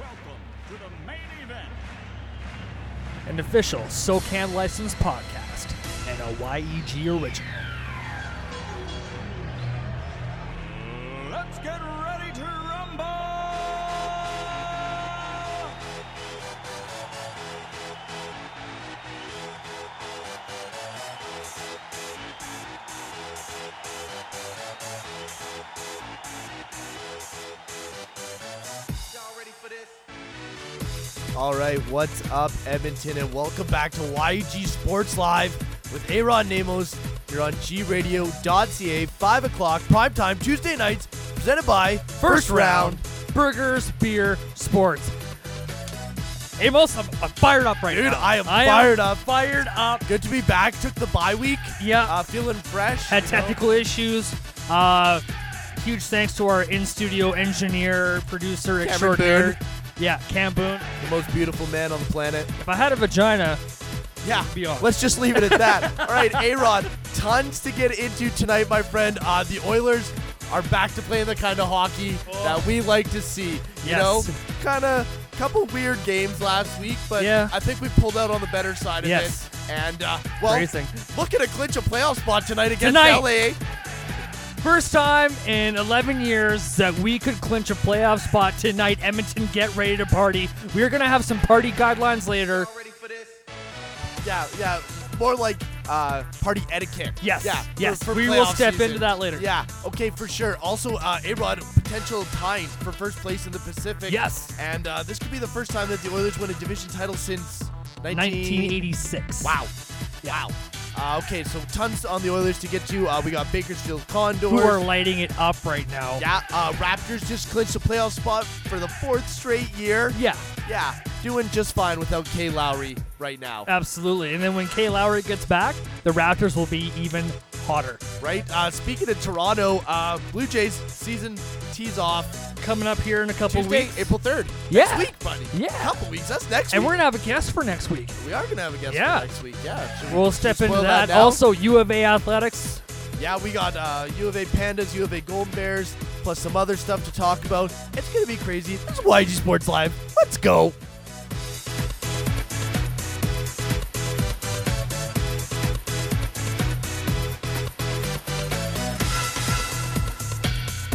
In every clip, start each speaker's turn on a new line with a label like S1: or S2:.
S1: to the main event.
S2: An official SoCan licensed podcast and a YEG original.
S1: Let's get ready to rumble!
S3: All right, what's up, Edmonton, and welcome back to YG Sports Live with Aaron Namos. You're on gradio.ca, 5 o'clock, prime time Tuesday nights, presented by First Round.
S2: burgers, beer, sports. Amos, I'm, I'm fired up right
S3: Dude,
S2: now.
S3: I am fired up.
S2: Fired up.
S3: Good to be back. Took the bye week.
S2: Yeah.
S3: Uh, feeling fresh.
S2: Had
S3: you know?
S2: technical issues. Uh, huge thanks to our in-studio engineer, producer extraordinaire. Yeah, Cam Boone.
S3: The most beautiful man on the planet.
S2: If I had a vagina,
S3: Yeah.
S2: Be on.
S3: Let's just leave it at that. All right, Aaron, tons to get into tonight, my friend. Uh, the Oilers are back to playing the kind of hockey that we like to see. You
S2: Oh. Yes.
S3: know, kind of couple weird games last week, but
S2: Yeah.
S3: I think we pulled out on the better side of
S2: Yes.
S3: it. And uh, well,
S2: Amazing.
S3: look at a clinch a playoff spot tonight against
S2: Tonight.
S3: LA.
S2: First time in 11 years that we could clinch a playoff spot tonight. Edmonton, get ready to party. We're going to have some party guidelines later.
S3: Yeah, yeah, more like uh, party etiquette.
S2: Yes,
S3: yeah, for-
S2: yes,
S3: for
S2: we will
S3: playoff
S2: step into
S3: season.
S2: that later.
S3: Yeah, okay, for sure. Also, uh, Arod potential tying for first place in the Pacific.
S2: Yes.
S3: and uh, this could be the first time that the Oilers won a division title since 19...
S2: 1986.
S3: Wow, wow. Uh, okay, so tons on the Oilers to get to. Uh, we got Bakersfield Condors.
S2: Who are lighting it up right now.
S3: yeah, uh, Raptors just clinched the playoff spot for the fourth straight year.
S2: Yeah,
S3: Yeah, doing just fine without Kay Lowry right now.
S2: absolutely. And then when Kay Lowry gets back, the Raptors will be even hotter.
S3: right? Uh, speaking of Toronto, uh, Blue Jays season tees off
S2: Coming up here in a couple
S3: Tuesday,
S2: weeks.
S3: April third.
S2: Yeah.
S3: next week, buddy.
S2: Yeah.
S3: couple weeks. That's next
S2: And we're
S3: week.
S2: going to have a guest for next week.
S3: we are gonna have a guest
S2: Yeah.
S3: for next week. Yeah, should we
S2: We'll step into
S3: spoil
S2: that.
S3: now?
S2: also, U of A Athletics.
S3: yeah, we got uh, U of A Pandas, U of A Golden Bears, plus some other stuff to talk about. It's gonna be crazy. This is YG Sports Live. Let's go.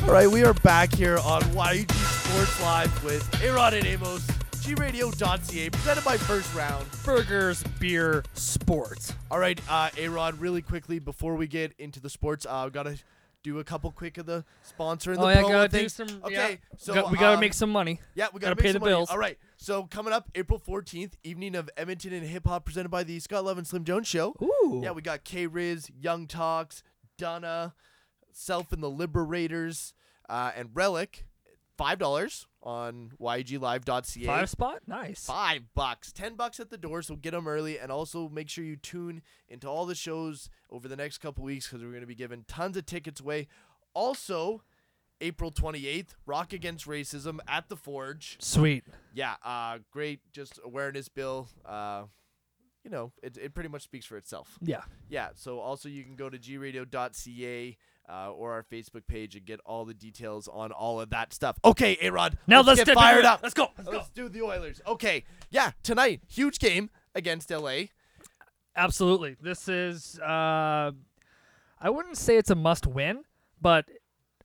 S3: All right, we are back here on YG Sports Live with Aaron and Amos, gradio.ca, presented by First Round.
S2: Burgers, beer, sports.
S3: All right, uh, Aaron, really quickly before we get into the sports, uh, we gotta do a couple quick of the sponsor and the
S2: oh, yeah,
S3: promo
S2: gotta
S3: thing.
S2: do some.
S3: Okay,
S2: yeah.
S3: so
S2: Got- we gotta
S3: uh,
S2: make some money.
S3: Yeah, we
S2: gotta
S3: gotta,
S2: pay
S3: make
S2: the
S3: some money.
S2: bills.
S3: All right, so coming up April fourteenth, evening of Edmonton and hip hop, presented by the Scott Love and Slim Jones Show.
S2: Ooh.
S3: Yeah, we got K Riz, Young Talks, Donna, Self and the Liberators, uh, and Relic. Five dollars on YGLive.ca.
S2: Five spot? Nice.
S3: Five bucks, ten bucks at the door, so get them early, and also make sure you tune into all the shows over the next couple weeks because we're going to be giving tons of tickets away. Also, April twenty eighth, Rock Against Racism at the Forge.
S2: Sweet.
S3: Yeah, uh, great, just awareness bill. Uh, you know, it it pretty much speaks for itself.
S2: Yeah.
S3: Yeah, so also you can go to gradio.ca. Uh, or our Facebook page and get all the details on all of that stuff. Okay, Arod,
S2: Now let's,
S3: get
S2: step into
S3: fired
S2: it.
S3: up.
S2: Let's go. Let's go.
S3: Let's do the Oilers. Okay. Yeah, tonight, huge game against LA.
S2: Absolutely. This is uh I wouldn't say it's a must win, but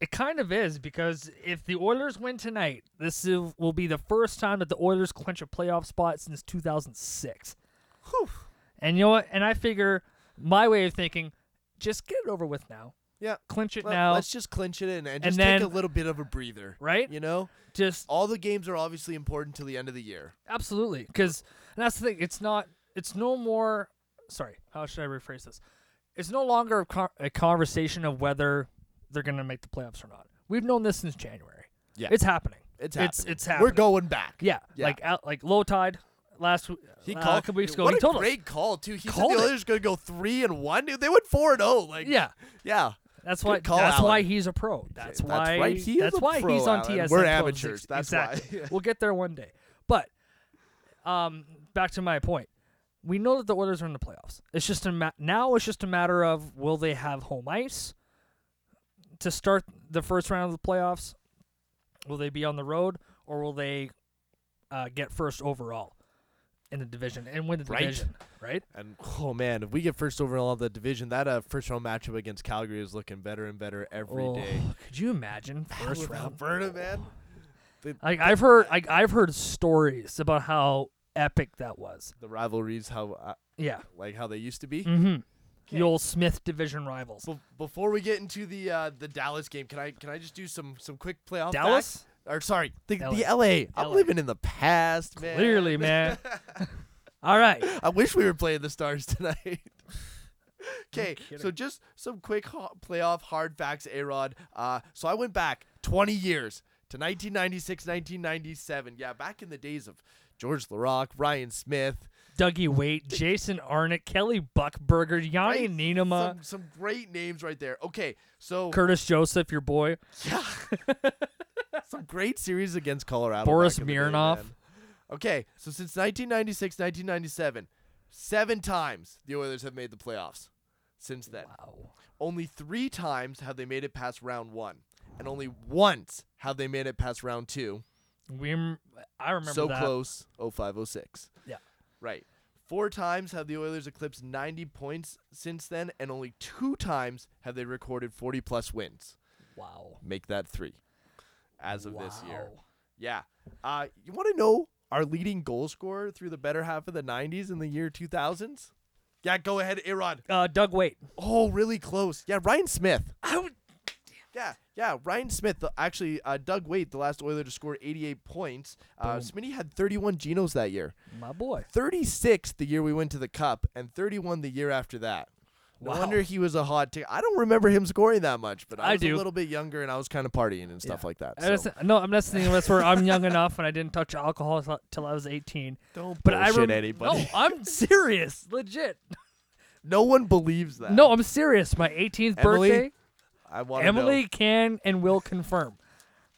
S2: it kind of is because if the Oilers win tonight, this is, will be the first time that the Oilers clinch a playoff spot since 2006.
S3: Whew.
S2: And you know what? And I figure my way of thinking, just get it over with now.
S3: Yeah.
S2: Clinch it
S3: Let,
S2: now,
S3: us just clinch it in and just
S2: then-
S3: take a little bit of a breather.
S2: right?
S3: You know,
S2: Just
S3: all the games are obviously important till the end of the year.
S2: Absolutely, because that's the thing. It's not. It's no more. Sorry, how should I rephrase this? It's no longer a, con- a conversation of whether they're going to make the playoffs or not. We've known this since January.
S3: Yeah.
S2: it's happening.
S3: It's happening.
S2: It's, it's happening.
S3: We're going back.
S2: Yeah,
S3: Yeah.
S2: like out, like low tide last. w-
S3: He
S2: uh,
S3: called
S2: a couple weeks ago.
S3: What
S2: he
S3: a
S2: told
S3: great
S2: us.
S3: call too. He said
S2: Called
S3: the
S2: it.
S3: Oilers going to go three and one. Dude, they went four and zero. Like
S2: Yeah,
S3: yeah.
S2: that's
S3: Good
S2: why.
S3: call,
S2: that's why
S3: Alan.
S2: he's a pro. That's,
S3: That's
S2: why.
S3: right, he is
S2: that's
S3: a
S2: why
S3: pro,
S2: he's on
S3: Alan.
S2: TSN.
S3: We're
S2: 12 and
S3: amateurs,
S2: 6.
S3: that's why.
S2: exactly. we'll get there one day. But, um, back to my point. We know that the Oilers are in the playoffs. It's just a ma- now. It's just a matter of will they have home ice to start the first round of the playoffs? Will they be on the road or will they uh, get first overall in the division and win the
S3: Right.
S2: division, right?
S3: And oh man, if we get first overall of the division, that uh, first round matchup against Calgary is looking better and better every day.
S2: Oh, could you imagine first
S3: With
S2: round?
S3: Alberta, man.
S2: Like I've heard, like I've heard stories about how epic that was.
S3: The rivalries, how uh,
S2: Yeah,
S3: like how they used to be.
S2: mm-hmm. the old Smith division rivals.
S3: Be- before we get into the uh, the Dallas game, can I can I just do some some quick playoff
S2: Dallas?
S3: facts? Or sorry, the, the
S2: LA.
S3: LA. I'm
S2: LA.
S3: living in the past, man.
S2: Clearly, man. All right.
S3: I wish we were playing the Stars tonight. Okay, so
S2: kidding.
S3: just some quick ho- playoff hard facts, Arod. Uh, so I went back 20 years to 1996, 1997. Yeah, back in the days of George LaRock, Ryan Smith,
S2: Dougie Waite, Jason Arnott, Kelly Buckberger, Yanni
S3: right?
S2: Nienema,
S3: Some, some great names right there. Okay, so
S2: Curtis Joseph, your boy.
S3: Yeah. Some great series against Colorado.
S2: Boris
S3: back in the day,
S2: Mirnov.
S3: man. okay, so since 1996, 1997, seven times the Oilers have made the playoffs since then.
S2: Wow.
S3: Only three times have they made it past round one, and only once have they made it past round two.
S2: We, rem- I remember
S3: so
S2: that.
S3: close, 0506.
S2: Yeah.
S3: Right. Four times have the Oilers eclipsed 90 points since then, and only two times have they recorded 40 plus wins.
S2: Wow.
S3: Make that three as of this year.
S2: Wow.
S3: Yeah. Uh, you want to know our leading goal scorer through the better half of the 90s and the year 2000s? Yeah, go ahead, Arod.
S2: Uh, Doug Waite.
S3: Oh, really close. Yeah, Ryan Smith.
S2: I would.
S3: Yeah, yeah, Ryan Smith. The, actually, uh, Doug Waite, the last Oiler to score 88 points. Uh,
S2: Boom.
S3: Smitty had 31 Genos that year,
S2: My boy.
S3: 36 the year we went to the Cup, and 31 the year after that. No
S2: Wow.
S3: wonder he was a hot ticket. I don't remember him scoring that much, but I
S2: I
S3: was a
S2: do.
S3: little bit younger and I was kind of partying and stuff
S2: Yeah.
S3: like that.
S2: I
S3: so.
S2: just- no, I'm not saying that's where I'm young enough and I didn't touch alcohol till- till I was 18.
S3: Don't
S2: But I
S3: bullshit
S2: rem-
S3: anybody.
S2: No, I'm serious, legit.
S3: No one believes that.
S2: No, I'm serious. My 18th
S3: Emily,
S2: birthday,
S3: I want to
S2: Emily can and will confirm.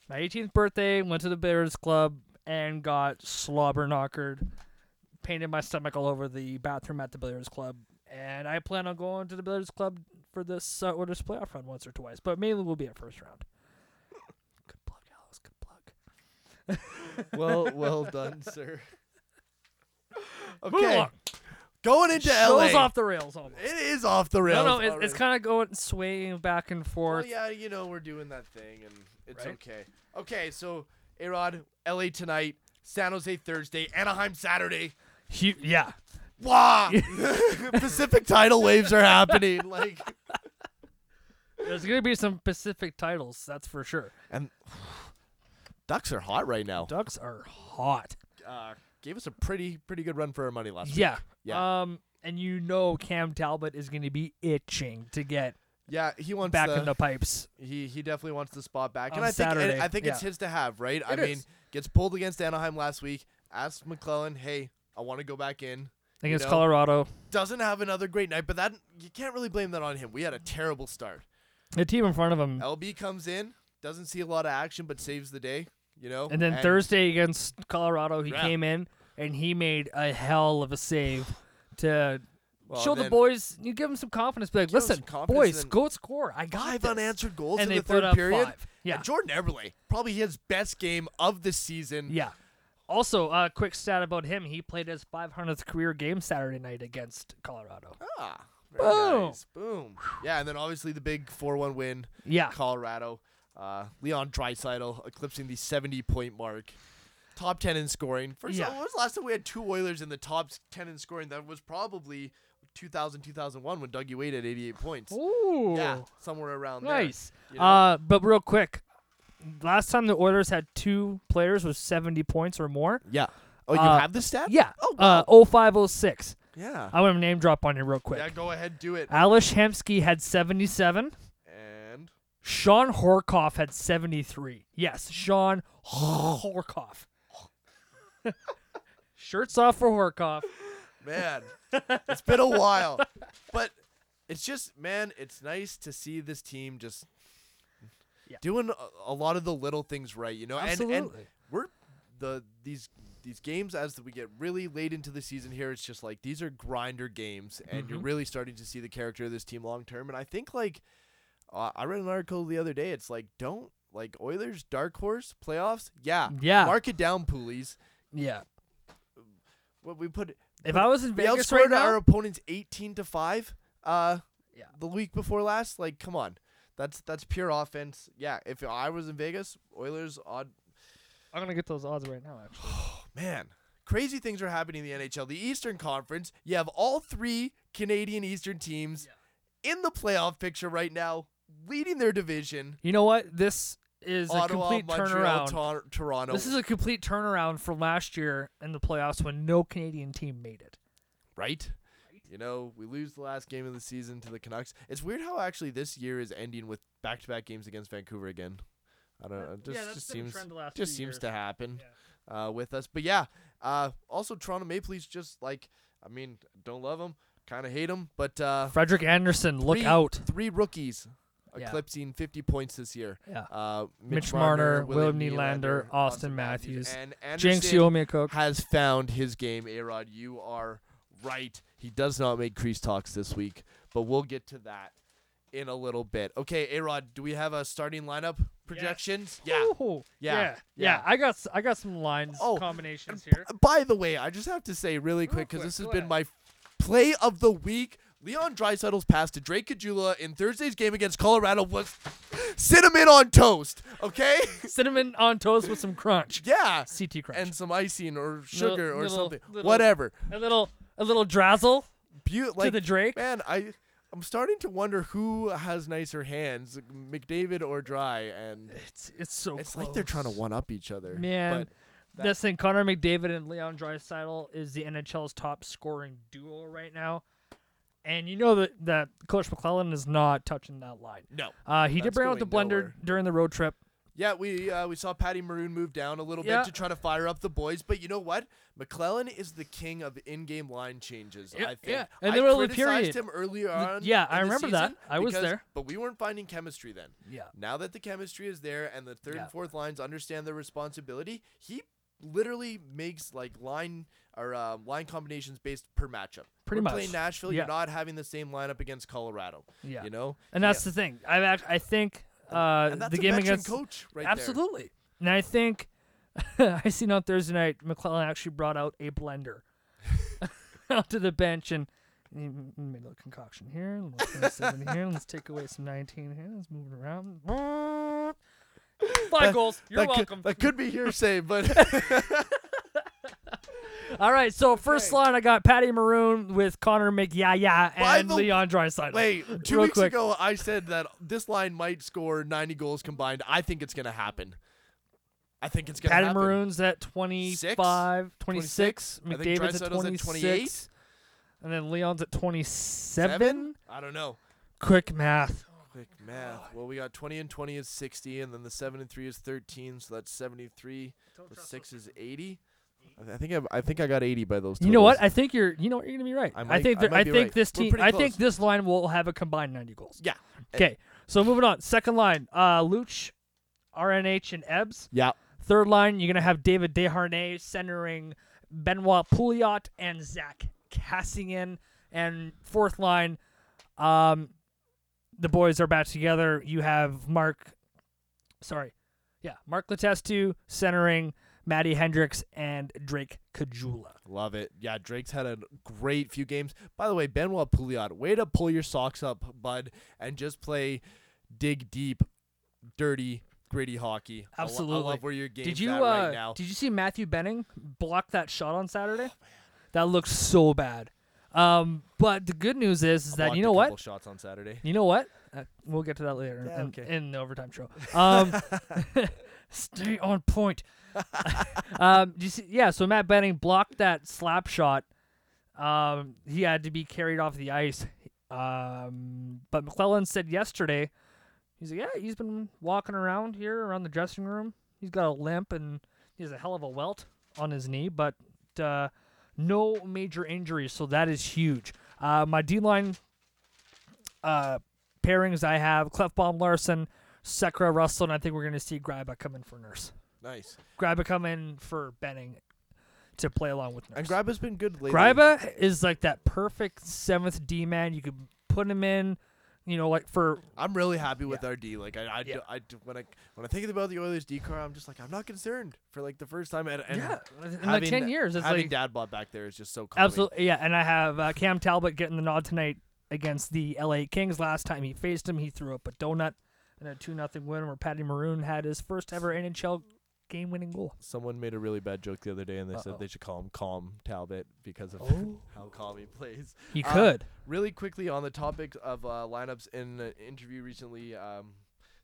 S2: My 18th birthday, went to the Bears Club and got slobber knockered, painted my stomach all over the bathroom at the Bears Club, and I plan on going to the Bears Club for this uh, Orders playoff round once or twice, but mainly we'll be at first round. Good plug, Alice. Good plug.
S3: Well, well done, sir.
S2: Move
S3: Okay,
S2: along.
S3: going into
S2: Show's
S3: LA.
S2: off the rails almost.
S3: It is off the rails. Oh,
S2: No, no, it, it's
S3: already.
S2: kind of going swaying back and
S3: Well,
S2: forth.
S3: yeah, you know we're doing that thing, and it's
S2: Right?
S3: okay. Okay, so Arod, LA tonight, San Jose Thursday, Anaheim Saturday.
S2: Hu- yeah.
S3: Wow, Pacific tidal waves are happening. Like,
S2: There's gonna be some Pacific titles, that's for sure.
S3: and Ducks are hot right now.
S2: Ducks are hot.
S3: Uh, gave us a pretty, pretty good run for our money last week.
S2: Yeah.
S3: Yeah.
S2: Um, and you know Cam Talbot is gonna be itching to get
S3: Yeah, he wants
S2: back
S3: the,
S2: in the pipes.
S3: He he definitely wants the spot back,
S2: On
S3: and I think and
S2: Saturday,
S3: I think it's
S2: yeah.
S3: his to have, right? I
S2: It
S3: mean,
S2: is.
S3: gets pulled against Anaheim last week. Asks McClellan, "Hey, I want to go back in."
S2: Against
S3: know?
S2: Colorado.
S3: Doesn't have another great night, but that you can't really blame that on him. We had a terrible start.
S2: The team in front of him.
S3: LB comes in, doesn't see a lot of action, but saves the day. You know,
S2: And then Thursday against Colorado he
S3: Yeah.
S2: came in and he made a hell of a save to
S3: well,
S2: show
S3: and
S2: the
S3: then
S2: boys you give them some confidence, be like,
S3: 'em some
S2: listen,
S3: confidence and
S2: boys,
S3: then
S2: go score. I got
S3: Five
S2: this."
S3: unanswered goals
S2: and
S3: in
S2: they
S3: the
S2: put
S3: third
S2: up
S3: period.
S2: Five. Yeah.
S3: And Jordan Eberle, probably his best game of the season.
S2: Yeah. Also, a uh, quick stat about him: he played his 500th career game Saturday night against Colorado.
S3: Ah, very
S2: Boom.
S3: nice. Boom. Yeah, and then obviously the big four-one win.
S2: Yeah,
S3: Colorado. Uh, Leon Dreisaitl eclipsing the 70 point mark. Top 10 in scoring. First
S2: Yeah.
S3: yeah. when was the last time we had two Oilers in the top 10 in scoring? That was probably 2000, 2001 when Dougie Wade had 88 points.
S2: Ooh,
S3: Yeah, somewhere around there.
S2: nice.
S3: you know?
S2: Uh, but real quick, last time the Oilers had two players with 70 points or more.
S3: Yeah. Oh, you
S2: uh,
S3: have the stat?
S2: Yeah,
S3: Oh, wow.
S2: uh, 0506.
S3: yeah.
S2: I want to name drop on you real quick.
S3: Yeah, go ahead, do it.
S2: Alish Hemsky had 77.
S3: And
S2: Sean Horkoff had 73. Yes, Sean Horkoff. Shirts off for Horkoff.
S3: man, it's been a while, but it's just man, it's nice to see this team just
S2: Yeah.
S3: doing a, a lot of the little things right, you know. And, and
S2: Absolutely.
S3: we're the these these games as we get really late into the season here. It's just like these are grinder games, and
S2: Mm-hmm.
S3: you're really starting to see the character of this team long term. And I think like uh, I read an article the other day. It's like don't. Like Oilers, dark horse playoffs, yeah,
S2: Yeah.
S3: Mark it down, Poolies.
S2: Yeah.
S3: What we put
S2: If I was in
S3: we
S2: Vegas
S3: outscored
S2: right now,
S3: our opponents eighteen to five. Uh,
S2: Yeah.
S3: the week before last. Like, come on, that's that's pure offense. Yeah, if I was in Vegas, Oilers odd.
S2: I'm gonna get those odds right now. Actually,
S3: Man, crazy things are happening in the NHL. The Eastern Conference. You have all three Canadian Eastern teams in the playoff picture right now, leading their division.
S2: you know what? This is
S3: Ottawa,
S2: a complete
S3: Montreal,
S2: turnaround.
S3: Tor- Toronto.
S2: This is a complete turnaround from last year in the playoffs when no Canadian team made it.
S3: right? You know, we lose the last game of the season to the Canucks. It's weird how actually this year is ending with back-to-back games against Vancouver again. I don't know. It
S2: Yeah,
S3: just,
S2: that's
S3: just
S2: been a
S3: seems
S2: trend the last
S3: just
S2: few
S3: seems
S2: years.
S3: to happen uh, with us. But yeah, uh, also Toronto Maple Leafs just like I mean, don't love them, kind of hate them, but uh,
S2: Frederick Anderson, look
S3: three,
S2: out!
S3: Three rookies
S2: Yeah.
S3: eclipsing 50 points this year.
S2: Yeah.
S3: Uh,
S2: Mitch Marner, William Nylander, Austin Matthews,
S3: and
S2: Jinx
S3: Anderson
S2: Yomia
S3: has found his game. Arod, you are right. He does not make crease talks this week, but we'll get to that in a little bit. Okay, Arod, do we have a starting lineup projections? Yeah.
S2: Ooh,
S3: Yeah,
S2: yeah, yeah,
S3: yeah.
S2: I got s- I got some lines
S3: Oh,
S2: combinations here.
S3: By the way, I just have to say really quick because
S2: quick,
S3: this has
S2: go
S3: been
S2: ahead.
S3: my play of the week. Leon Drysaddle's pass to Drake Kajula in Thursday's game against Colorado was cinnamon on toast. Okay,
S2: Cinnamon on toast with some crunch,
S3: yeah,
S2: CT crunch,
S3: and some icing or sugar or
S2: little-
S3: something,
S2: little-
S3: whatever.
S2: a little a little drazzle
S3: Beau- like
S2: to the Drake.
S3: Man, I I'm starting to wonder who has nicer hands, McDavid or Dry, and
S2: It's it's so
S3: it's like they're trying to
S2: close.
S3: one up each other.
S2: Man,
S3: but that-
S2: that's thing. Connor McDavid and Leon Draisaitl is the NHL's top scoring duo right now, and you know that that Coach McClellan is not touching that line.
S3: no.
S2: Uh, he did
S3: That's
S2: bring out the blender
S3: going nowhere.
S2: during the road trip.
S3: Yeah, we uh, we saw Patty Maroon move down a little
S2: Yeah.
S3: bit to try to fire up the boys, but you know what? McClellan is the king of in-game line changes.
S2: Yeah,
S3: I think.
S2: yeah, and
S3: I
S2: they were all the
S3: criticized
S2: period.
S3: him earlier on.
S2: yeah,
S3: in
S2: I
S3: the
S2: remember that.
S3: season
S2: I was
S3: because-
S2: there.
S3: but we weren't finding chemistry then.
S2: Yeah.
S3: Now that the chemistry is there and the third
S2: Yeah.
S3: and fourth lines understand their responsibility, he literally makes like line or uh, line combinations based per matchup.
S2: Pretty
S3: We're
S2: much.
S3: playing Nashville,
S2: Yeah.
S3: you're not having the same lineup against Colorado.
S2: Yeah.
S3: you know,
S2: And that's the thing. I act- I think uh,
S3: and that's
S2: the
S3: a
S2: game
S3: veteran
S2: against
S3: coach right there.
S2: absolutely. And I think I seen on Thursday night McClellan actually brought out a blender out to the bench and he m- made a little concoction here. and Let's put seven here. and Let's take away some nineteen here. Let's move it around. Five goals. You're
S3: that
S2: welcome.
S3: Could, that could be hearsay, but
S2: All right. So first line, I got Patty Maroon with Connor McYaya
S3: By
S2: and
S3: the-
S2: Leon Draisaitl.
S3: wait, two
S2: Real
S3: weeks
S2: quick.
S3: ago I said that this line might score 90 goals combined. I think it's gonna happen. I think it's gonna
S2: Patty
S3: happen.
S2: Maroon's at 25, 26.
S3: 26? I think
S2: McDavid's at
S3: Dreisaitl's at
S2: 26.
S3: 28.
S2: And then Leon's at 27.
S3: Seven? Oh, I don't know.
S2: Quick math.
S3: Quick math. Well, we got 20 and 20 is 60, and then the 7 and 3 is 13, so that's 73. The 6 is 80. I th- I think I, I think I got 80 by those.
S2: You know what?
S3: totals.
S2: I think you're. You know what? You're gonna be right.
S3: I
S2: I,
S3: might-
S2: think.
S3: I
S2: that-
S3: might
S2: I
S3: be
S2: think
S3: right.
S2: this
S3: We're
S2: team.
S3: pretty
S2: I think
S3: close. Eh.
S2: this line will have a combined 90 goals.
S3: yeah.
S2: Okay. So moving on. Second line. Uh, Luch, RNH, and Ebbs.
S3: Yeah.
S2: Third line. You're gonna have David Deharnay centering Benoit Pouliot and Zach Cassian. And fourth line. Um, the boys are back together. You have Mark. Sorry. Yeah, Mark Letestu centering Matty Hendricks and Drake Kajula.
S3: Love it. Yeah, Drake's had a great few games. By the way, Benoit Pouliot, way to pull your socks up, bud, and just play dig deep, dirty, gritty hockey. I lo- I,
S2: Absolutely.
S3: love where your game's
S2: Did you
S3: at
S2: uh,
S3: right now. Oh,
S2: did you see Matthew Benning block that shot on Saturday? that looked so bad. Um, but the good news is, is that
S3: Blocked
S2: you
S3: a
S2: know what?
S3: couple Shots on Saturday.
S2: You know what? Uh, we'll get to that later
S3: Yeah,
S2: in,
S3: okay.
S2: in the overtime show. Um, stay on point. um, do you see, yeah, so Matt Benning blocked that slap shot. Um, he had to be carried off the ice. Um, but McClellan said yesterday, he's like, yeah, he's been walking around here around the dressing room. He's got a limp and he has a hell of a welt on his knee, but uh, no major injuries, so that is huge. Uh, my D line uh, pairings I have Clefbaum Larson, Sekra Russell, and I think we're going to see Griba come in for Nurse.
S3: Nice.
S2: Griba come in for Benning to play along with Nurse.
S3: And Griba's been good lately.
S2: Griba is like that perfect seventh D man. You could put him in, you know, like for
S3: I'm really happy with
S2: Yeah.
S3: our D. Like I, I,
S2: Yeah.
S3: I, when I when I think about the Oilers D car, I'm just like I'm not concerned for like the first time and, and
S2: yeah, in like
S3: having
S2: ten
S3: tha-
S2: years, it's
S3: having
S2: like
S3: Dad bought back there is just so calming.
S2: absolutely yeah. And I have uh, Cam Talbot getting the nod tonight against the L.A. Kings. Last time he faced him, he threw up a donut in a two nothing win, where Patty Maroon had his first ever NHL game winning goal.
S3: Someone made a really bad joke the other day, and they
S2: Uh-oh. Oh.
S3: said they should call him Calm Talbot because of how calm he plays.
S2: He
S3: Uh,
S2: could.
S3: Really quickly on the topic of uh, lineups in an interview recently, um,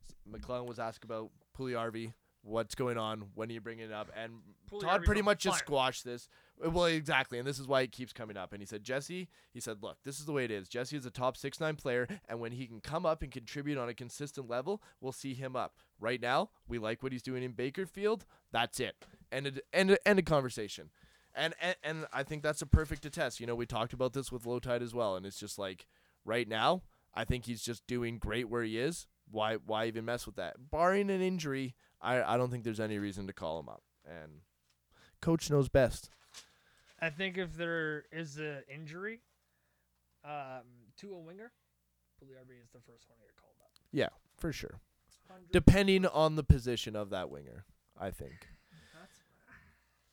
S3: s- McClellan was asked about Puliarvi, what's going on, when are you bringing it up, and Todd
S2: Pugliarvi
S3: pretty
S2: got
S3: much just
S2: fired.
S3: squashed this. Uh, Well, exactly, and this is why it keeps coming up. And he said, Jesse, he said, look, this is the way it is. Jesse is a top six nine player, and when he can come up and contribute on a consistent level, we'll see him up. Right now, we like what he's doing in Bakerfield. That's it. End of, end of, end of conversation. And, and and I think that's a perfect attest. You know, we talked about this with Low Tide as well, and it's just like right now, I think he's just doing great where he is. Why why even mess with that? Barring an injury, I, I don't think there's any reason to call him up. And coach knows best.
S2: I think if there is an injury um, to a winger, Pugliarvi is the first one to get called up.
S3: Yeah, for sure. Depending on the position of that winger, I think.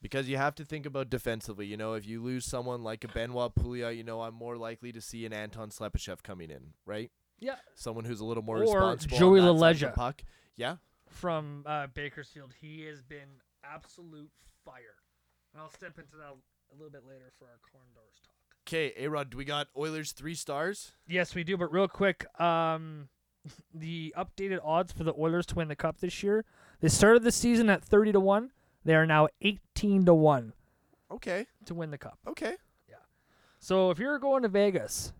S3: Because you have to think about defensively. You know, if you lose someone like a Benoit Puglia, you know, I'm more likely to see an Anton Slepyshev coming in, right?
S2: yeah,
S3: Someone who's a little more
S2: Or
S3: responsible. on
S2: Joey
S3: that side of the
S2: Leleja.
S3: Puck. Yeah.
S2: from uh, Bakersfield, he has been absolute fire. And I'll step into that a little bit later for our corn doors talk.
S3: Okay, Arod, do we got Oilers three stars?
S2: Yes, we do. But real quick, um, the updated odds for the Oilers to win the Cup this year. They started the season at thirty to one. They are now eighteen to one
S3: Okay.
S2: to win the Cup.
S3: Okay.
S2: So if you're going to Vegas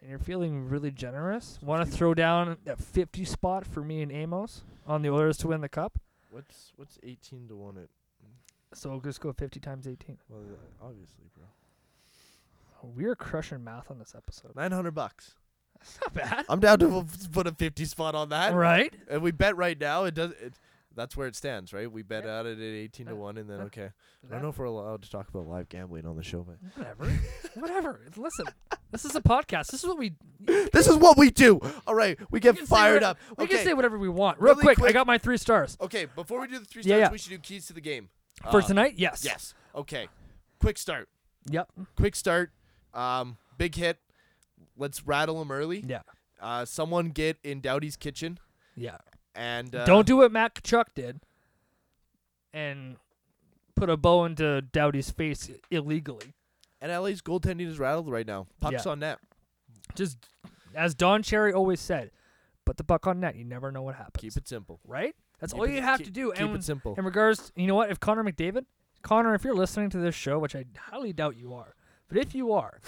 S2: and you're feeling really generous, want to throw down a 50 spot for me and Amos on the Oilers to win the cup?
S3: What's what's eighteen to one at
S2: So we'll just go 50 times 18.
S3: well obviously, bro.
S2: Oh, We are crushing math on this episode.
S3: Nine hundred bucks.
S2: That's not bad.
S3: I'm down to f- put a fifty spot on that.
S2: right?
S3: And we bet right now. It does. It, that's where it stands, right? We bet
S2: Yeah.
S3: out at eighteen to
S2: Uh,
S3: one, and then
S2: uh,
S3: okay. I don't know if we're allowed to talk about live gambling on the show, but
S2: Whatever. Whatever. Listen, this is a podcast. This is what we. we
S3: this is what we do. All right, we get
S2: can say
S3: fired
S2: whatever-
S3: up.
S2: We
S3: okay.
S2: can say whatever we want. Real
S3: Really
S2: quick, I
S3: quick-
S2: got my three stars.
S3: okay, before we do the three
S2: Yeah,
S3: stars,
S2: yeah.
S3: we should do keys to the game.
S2: For
S3: Uh,
S2: tonight, yes.
S3: Yes. Mm-hmm. Okay. Quick start.
S2: Yep.
S3: Quick start. Um, big hit. Let's rattle them early.
S2: Yeah.
S3: Uh, someone get in Dowdy's kitchen
S2: Yeah.
S3: and uh,
S2: Don't do what Matt Kachuk did and put a bow into Dowdy's face illegally.
S3: And LA's goaltending is rattled right now. Pucks
S2: Yeah.
S3: on net.
S2: Just as Don Cherry always said, put the puck on net. You never know what happens.
S3: Keep it simple.
S2: right? That's
S3: Keep
S2: all
S3: it-
S2: you have
S3: keep-
S2: to do.
S3: keep
S2: and
S3: it simple.
S2: In regards, you know what? If Connor McDavid, Connor, if you're listening to this show, which I highly doubt you are, but if you are,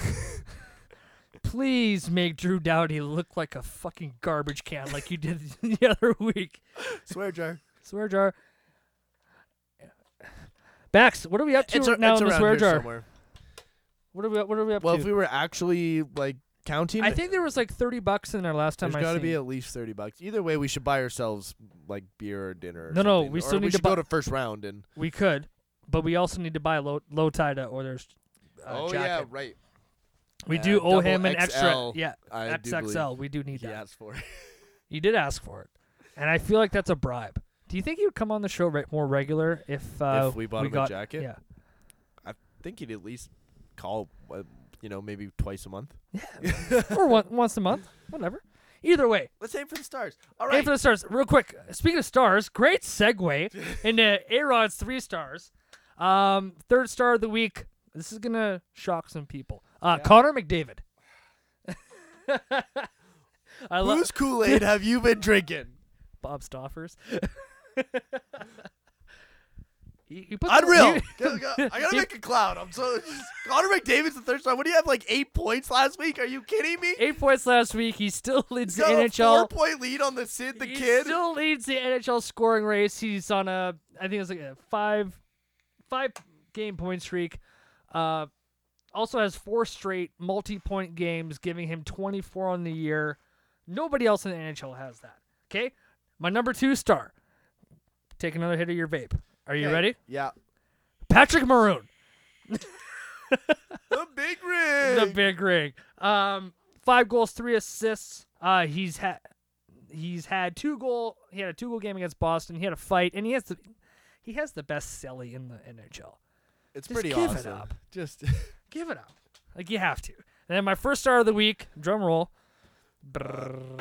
S2: please make Drew Doughty look like a fucking garbage can like you did the other week.
S3: Swear jar.
S2: Swear jar. Bax, what are we up to
S3: It's,
S2: right
S3: ar-
S2: now
S3: it's
S2: in the
S3: around
S2: swear
S3: here
S2: jar?
S3: somewhere.
S2: What are we? What are we up
S3: Well,
S2: to?
S3: if we were actually like counting,
S2: I think there was like thirty bucks in there last time.
S3: there's
S2: I
S3: got to be
S2: seen.
S3: at least thirty bucks. Either way, we should buy ourselves like beer or dinner. Or
S2: No, no,
S3: something.
S2: we
S3: Or
S2: still need to
S3: should go
S2: buy-
S3: to first round and.
S2: we could, but we also need to buy a low low tide or there's. Uh,
S3: oh yeah,
S2: jacket.
S3: right.
S2: We
S3: Yeah,
S2: do owe
S3: double
S2: him an
S3: XL.
S2: extra. Yeah,
S3: I do believe
S2: XXL. We do need
S3: He
S2: that.
S3: asked for it.
S2: He did ask for it, and I feel like that's a bribe. Do you think he would come on the show re- more regular if uh,
S3: If we bought him a
S2: got,
S3: jacket?
S2: Yeah,
S3: I think he'd at least call, uh, you know, maybe twice a month.
S2: or one, once a month, whatever. Either way,
S3: Let's aim for the stars. All
S2: aim for the stars. Real quick, speaking of stars, great segue into Aaron's three stars. Um, third star of the week. This is gonna shock some people. Uh, Connor McDavid. I love
S3: Whose Kool Aid have you been drinking?
S2: Bob Stoffers. he, he put
S3: Unreal.
S2: he-
S3: Go- go- I gotta
S2: he-
S3: make a cloud. I'm so Connor McDavid's the third star. What do you have like eight points last week? Are you kidding me?
S2: eight points last week. He still leads
S3: He's
S2: the
S3: got a four
S2: NHL.
S3: point lead on the Sid the
S2: he
S3: kid.
S2: still leads the NHL scoring race. He's on a I think it's like a five five game point streak. Uh, also has four straight multi point games, giving him twenty four on the year. Nobody else in the NHL has that. Okay, my number two star. Take another hit of your vape. Are you
S3: Okay,
S2: ready?
S3: Yeah.
S2: Patrick Maroon,
S3: The big
S2: the
S3: rig.
S2: big rig. Um, five goals, three assists Uh, he's had he's had two goal. He had a two goal game against Boston. He had a fight, and he has the he has the best celly in the NHL.
S3: It's
S2: Just
S3: pretty
S2: give it
S3: awesome.
S2: up.
S3: Just
S2: Give it up, like you have to. And then my first star of the week, drum roll, Brrr.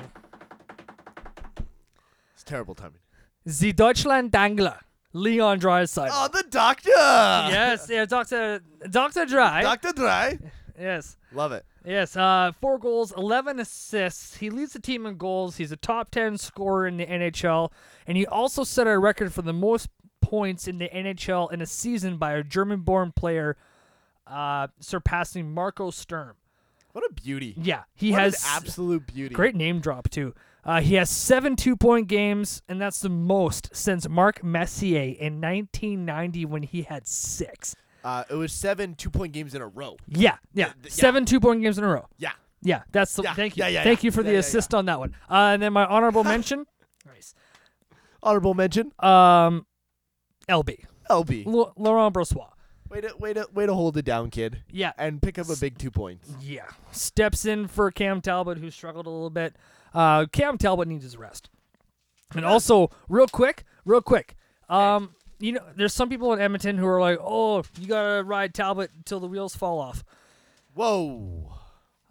S3: it's terrible timing.
S2: the Deutschland Dangler, Leon Draisaitl.
S3: Oh, the doctor.
S2: yes, yeah, Doctor Doctor Dry.
S3: Doctor Dry.
S2: yes.
S3: Love it.
S2: Yes, uh, four goals, 11 assists. He leads the team in goals. He's a top 10 scorer in the NHL, and he also set a record for the most points in the NHL in a season by a German born player, uh, surpassing Marco Sturm.
S3: What a beauty.
S2: Yeah, he
S3: What an
S2: has
S3: absolute beauty.
S2: great name drop, too. Uh, he has seven two point games, and that's the most since Marc Messier in 1990 when he had six.
S3: Uh, it was seven two point games in a row.
S2: Yeah, yeah,
S3: Th- th- yeah.
S2: seven two point games in a row.
S3: Yeah.
S2: Yeah, that's the
S3: Yeah,
S2: thank you.
S3: yeah, yeah,
S2: thank
S3: yeah.
S2: you for
S3: Yeah,
S2: the
S3: yeah,
S2: assist on that one. Uh, and then my honorable mention, nice.
S3: Honorable mention.
S2: Um, LB
S3: LB.
S2: Lo- Laurent Brossois.
S3: Way to way to way to hold it down, kid.
S2: Yeah,
S3: And pick up a big two points.
S2: yeah. Steps in for Cam Talbot, who struggled a little bit. Uh, Cam Talbot needs his rest. And also, real quick, real quick. Um, you know, there's some people in Edmonton who are like, "Oh, you gotta ride Talbot until the wheels fall off."
S3: Whoa.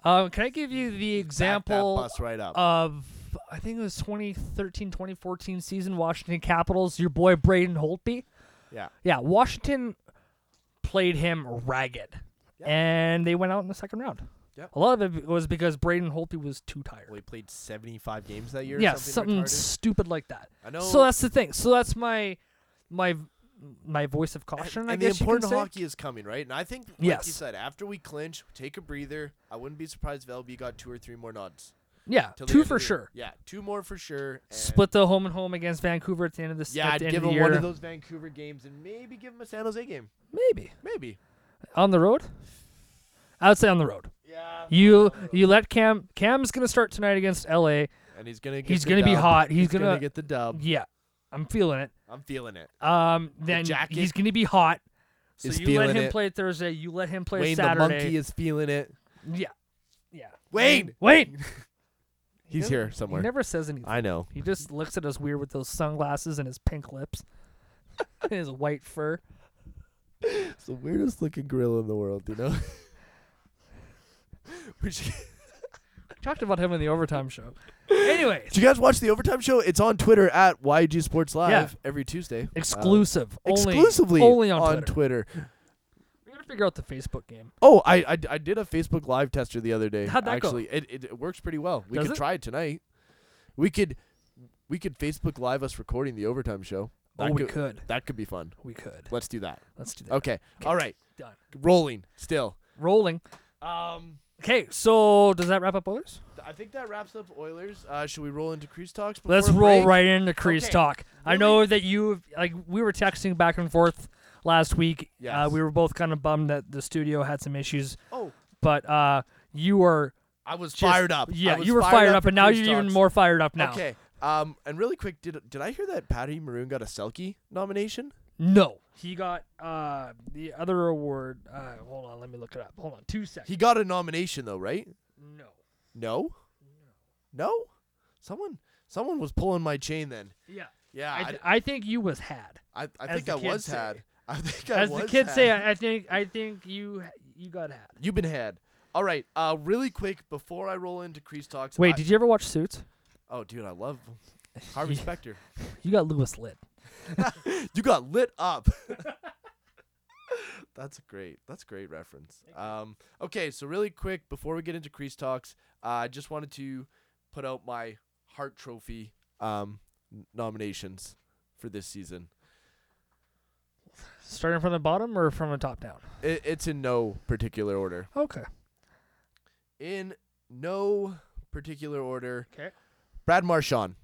S2: Um, can I give you the
S3: Back that
S2: example
S3: bus right up.
S2: of I think it was 2013 2014 season Washington Capitals your boy Braden Holtby
S3: yeah.
S2: yeah Washington played him ragged
S3: Yeah.
S2: and they went out in the second round
S3: Yep.
S2: a lot of it was because Braden Holtby was too tired
S3: Well, he played seventy five games that year. or
S2: yeah
S3: something.
S2: something,
S3: retarded.
S2: stupid like that
S3: I know.
S2: so that's the thing so that's my my my voice of
S3: And-
S2: caution
S3: and
S2: I
S3: the
S2: guess you
S3: important
S2: can say.
S3: hockey is coming, right? And I think, like you
S2: Yes.
S3: said, after we clinch, take a breather. I wouldn't be surprised if LB got two or three more nods.
S2: yeah
S3: till the end
S2: two
S3: of
S2: for
S3: the year.
S2: sure
S3: Yeah, two more for sure. and-
S2: split the home and home against Vancouver at the end of this
S3: Yeah,
S2: at
S3: I'd
S2: the end
S3: give
S2: of the
S3: him
S2: year
S3: one of those Vancouver games and maybe give him a San Jose game.
S2: maybe
S3: Maybe.
S2: on the road I would say on the road
S3: Yeah.
S2: You you let Cam Cam's gonna start tonight against LA.
S3: And he's gonna. Get
S2: He's
S3: the
S2: gonna be
S3: dub.
S2: hot. He's,
S3: He's gonna,
S2: gonna,
S3: get the dub.
S2: yeah. I'm feeling it.
S3: I'm feeling it.
S2: Um, then
S3: jacket
S2: he's gonna be hot. So
S3: is
S2: you let
S3: feeling
S2: him
S3: it.
S2: play Thursday. You let him play
S3: Wayne the
S2: Saturday.
S3: monkey is feeling it.
S2: yeah, yeah.
S3: Wayne!
S2: Wayne.
S3: He's
S2: never-
S3: here
S2: He
S3: somewhere.
S2: never says anything.
S3: I know.
S2: He just looks at us weird with those sunglasses and his pink lips, and his white fur.
S3: It's the weirdest looking gorilla in the world. You know. We should-
S2: I talked about him in the overtime show. Anyways,
S3: Did you guys watch the overtime show? It's on Twitter at YG Sports Live
S2: Yeah.
S3: every Tuesday. Uh,
S2: exclusive, only,
S3: exclusively
S2: only on,
S3: on
S2: Twitter.
S3: Twitter.
S2: we gotta figure out the Facebook game.
S3: Oh, I, I I did a Facebook Live tester the other day.
S2: How'd that go?
S3: actually, It, it it works pretty well. We
S2: Does it?
S3: could try it tonight. We could we could Facebook Live us recording the overtime show.
S2: Oh,
S3: That
S2: we could,
S3: That could be fun.
S2: we could.
S3: Let's do that.
S2: Let's do that.
S3: Okay. All right.
S2: Done.
S3: Rolling still.
S2: Rolling.
S3: Um
S2: Okay, so does that wrap up Oilers?
S3: I think that wraps up Oilers. Uh, should we roll into Crease Talks? Before
S2: Let's
S3: a
S2: roll
S3: break?
S2: right into Crease
S3: Okay,
S2: talk. I
S3: really-
S2: know that you like we were texting back and forth last week. Uh,
S3: Yes.
S2: we were both kind of bummed that the studio had some issues,
S3: Oh,
S2: but uh, you were
S3: I was
S2: just-
S3: fired up. I
S2: Yeah,
S3: was
S2: you were fired up,
S3: for
S2: and now
S3: Crease
S2: you're even
S3: Talks.
S2: more fired up now.
S3: Okay. Um, and really quick, did did I hear that Patty Maroon got a Selkie nomination?
S2: No, he got uh, the other award. Uh, hold on, let me look it up. Hold on, two seconds.
S3: He got a nomination though, right?
S2: no,
S3: No. No. Someone someone was pulling my chain then.
S2: yeah,
S3: Yeah,
S2: I,
S3: I
S2: th- I think you was had.
S3: I, I,
S2: as
S3: think
S2: the
S3: I
S2: kids
S3: was
S2: say.
S3: had. I think I
S2: As
S3: was
S2: the kids say,
S3: had.
S2: I, I think I think you you got had.
S3: You've been had. All right. Uh, really quick before I roll into Crease Talks.
S2: Wait,
S3: I-
S2: did you ever watch Suits?
S3: oh, dude, I love Harvey Specter.
S2: You got Lewis lit.
S3: You got lit up. That's great. That's a great reference. Um, okay, so really quick before we get into crease talks, uh, I just wanted to put out my Hart Trophy um, n- nominations for this season.
S2: Starting from the bottom or from the top down?
S3: It, it's in no particular order.
S2: Okay.
S3: In no particular order.
S2: Okay.
S3: Brad Marchand,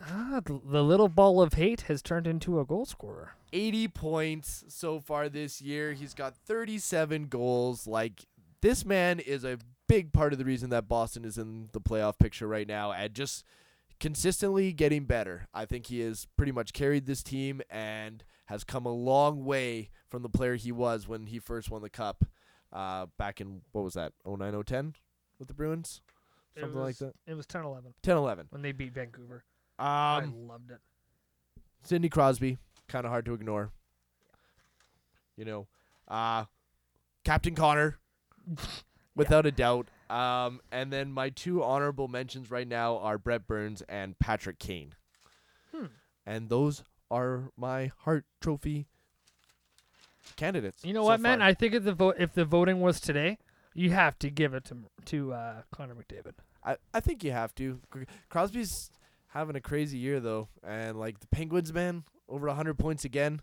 S2: Ah, th- the little ball of hate has turned into a goal scorer.
S3: 80 points so far this year. He's got 37 goals. Like, this man is a big part of the reason that Boston is in the playoff picture right now and just consistently getting better. I think he has pretty much carried this team and has come a long way from the player he was when oh he first won the cup uh, back in, what was that, 09, 010 with the Bruins?
S2: It
S3: Something like
S2: was-
S3: that.
S2: It was 10 11
S3: 10 11.
S2: when they beat Vancouver. I
S3: Um,
S2: loved it.
S3: Sidney Crosby, kind of hard to ignore. You know, uh, Captain Connor, without a doubt. Um, and then my two honorable mentions right now are Brett Burns and Patrick Kane.
S2: Hmm.
S3: And those are my Hart Trophy candidates.
S2: You know
S3: so
S2: what, man?
S3: far.
S2: I think if the vote if the voting was today, you have to give it to to uh, Connor McDavid.
S3: I, I think you have to. Cr- Crosby's having a crazy year though, and like the Penguins, man, over hundred points again.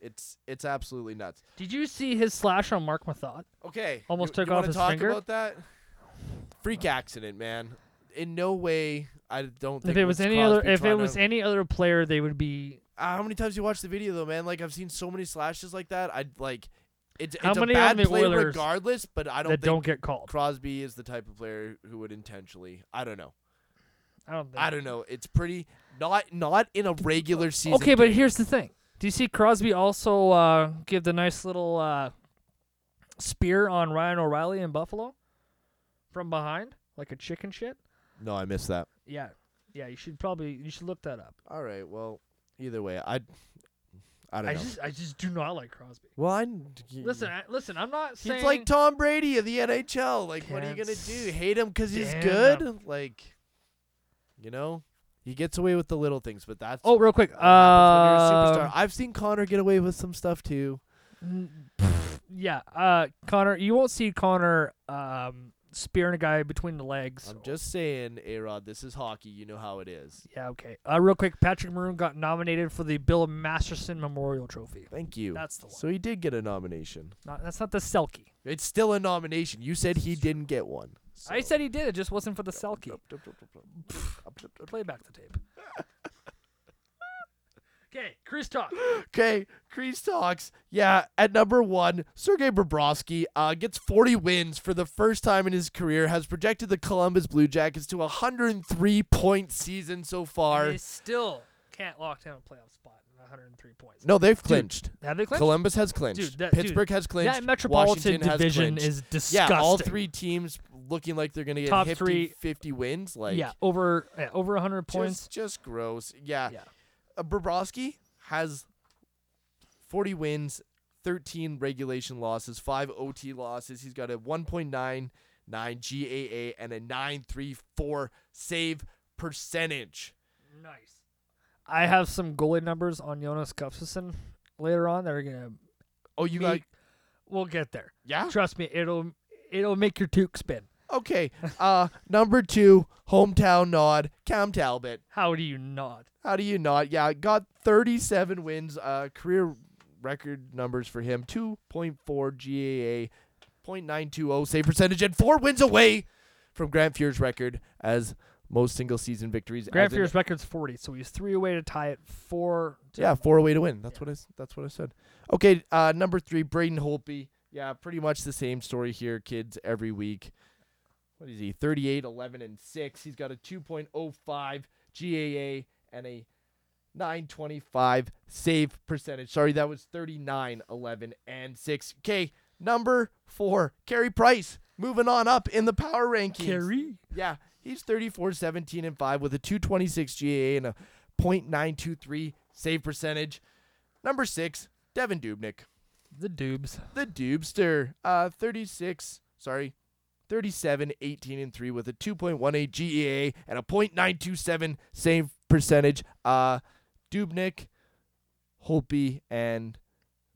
S3: It's it's absolutely nuts.
S2: Did you see his slash on Mark Mathot?
S3: Okay.
S2: Almost
S3: you,
S2: took
S3: you
S2: off
S3: wanna
S2: his
S3: talk
S2: finger?
S3: about that? Freak accident, man. In no way, I don't think
S2: If it was any
S3: Crosby
S2: other if it
S3: trying
S2: was
S3: to-
S2: any other player, they would be.
S3: Uh, how many times you watch the video though, man? Like I've seen so many slashes like that. I like it's
S2: How
S3: it's
S2: many
S3: a
S2: of
S3: bad
S2: the
S3: play
S2: Oilers
S3: regardless, but I don't
S2: that
S3: think
S2: don't get called.
S3: Crosby is the type of player who would intentionally. I don't know.
S2: I don't. Think.
S3: I don't know. It's pretty not not in a regular season.
S2: Okay, but
S3: game.
S2: here's the thing. Do you see Crosby also uh, give the nice little uh, spear on Ryan O'Reilly in Buffalo from behind, like a chicken shit?
S3: no, I missed that.
S2: Yeah, yeah. You should probably you should look that up.
S3: All right. Well, either way, I I don't
S2: I
S3: know.
S2: just I just do not like Crosby.
S3: well, I
S2: Listen, I, listen. I'm not
S3: he's
S2: saying
S3: like Tom Brady of the NHL. Like, what are you
S2: Can't
S3: gonna do? Hate him because he's
S2: stand
S3: good? Like, you know, he gets away with the little things, but that's
S2: Oh, real quick.
S3: what happens when you're a
S2: Uh,
S3: superstar. I've seen Connor get away with some stuff too.
S2: yeah, uh, Connor. You won't see Connor um, spearing a guy between the legs.
S3: I'm just saying, Arod, this is hockey. You know how it is.
S2: yeah, okay. Uh, real quick, Patrick Maroon got nominated for the Bill Masterson Memorial Trophy.
S3: Thank you.
S2: That's the one.
S3: So he did get a nomination.
S2: Not, that's not the Selkie.
S3: It's still a nomination. You said he didn't get one.
S2: I
S3: so-
S2: said he did. It just wasn't for the Selkie. Play back the tape. Okay, Chris talk.
S3: Okay, Crease talks. Yeah, at number one, Sergei Bobrovsky uh, gets 40 wins for the first time in his career. Has projected the Columbus Blue Jackets to a 103 point season so far.
S2: They still can't lock down a playoff spot in 103 points.
S3: No, they've clinched.
S2: Have they clinched?
S3: Columbus has clinched.
S2: Dude, that- dude,
S3: Pittsburgh has clinched.
S2: that Metropolitan
S3: Washington has
S2: division
S3: clinched.
S2: is
S3: yeah.
S2: disgusting.
S3: All three teams looking like they're gonna get
S2: Top
S3: 50,
S2: three-
S3: 50 wins. Like
S2: yeah, over yeah, over 100
S3: just-
S2: points.
S3: Just, gross. Yeah.
S2: Yeah.
S3: Uh, Bobrovsky has 40 wins, 13 regulation losses, 5 OT losses. He's got a 1.99 GAA and a 934 save percentage.
S2: Nice. I have some goalie numbers on Jonas Gustafsson later on that are gonna.
S3: Oh, you
S2: Me-
S3: got
S2: We'll get there.
S3: yeah?
S2: Trust me, it'll it'll make your toque spin.
S3: Okay. Uh number 2, hometown nod, Cam Talbot.
S2: How do you not?
S3: How do you not? Yeah, got 37 wins, uh, career record numbers for him 2.4 GAA, 0.920 save percentage, and four wins away from Grant Fuhr's record as most single season victories.
S2: Grant
S3: as in-
S2: Fuhr's record's 40, so he's three away to tie it. Four. To
S3: yeah, four away to win. That's
S2: Yeah.
S3: what I s- that's what I said. Okay, uh, number three, Braden Holtby. Yeah, pretty much the same story here, kids. Every week, what is he? 38, 11, and six. He's got a 2.05 GAA and a 925 save percentage. Sorry, that was 39, 11, and six. Okay, number four, Carey Price. Moving on up in the power rankings.
S2: Carey.
S3: Yeah, he's 34, 17, and 5 with a 226 GAA and a .923 save percentage. Number six, Devin Dubnik,
S2: The Dubes.
S3: the Dubster, uh, 36, sorry, 37, 18, and 3 with a 2.18 GEA and E a .927 save percentage. Uh, Dubnik, Holpe, and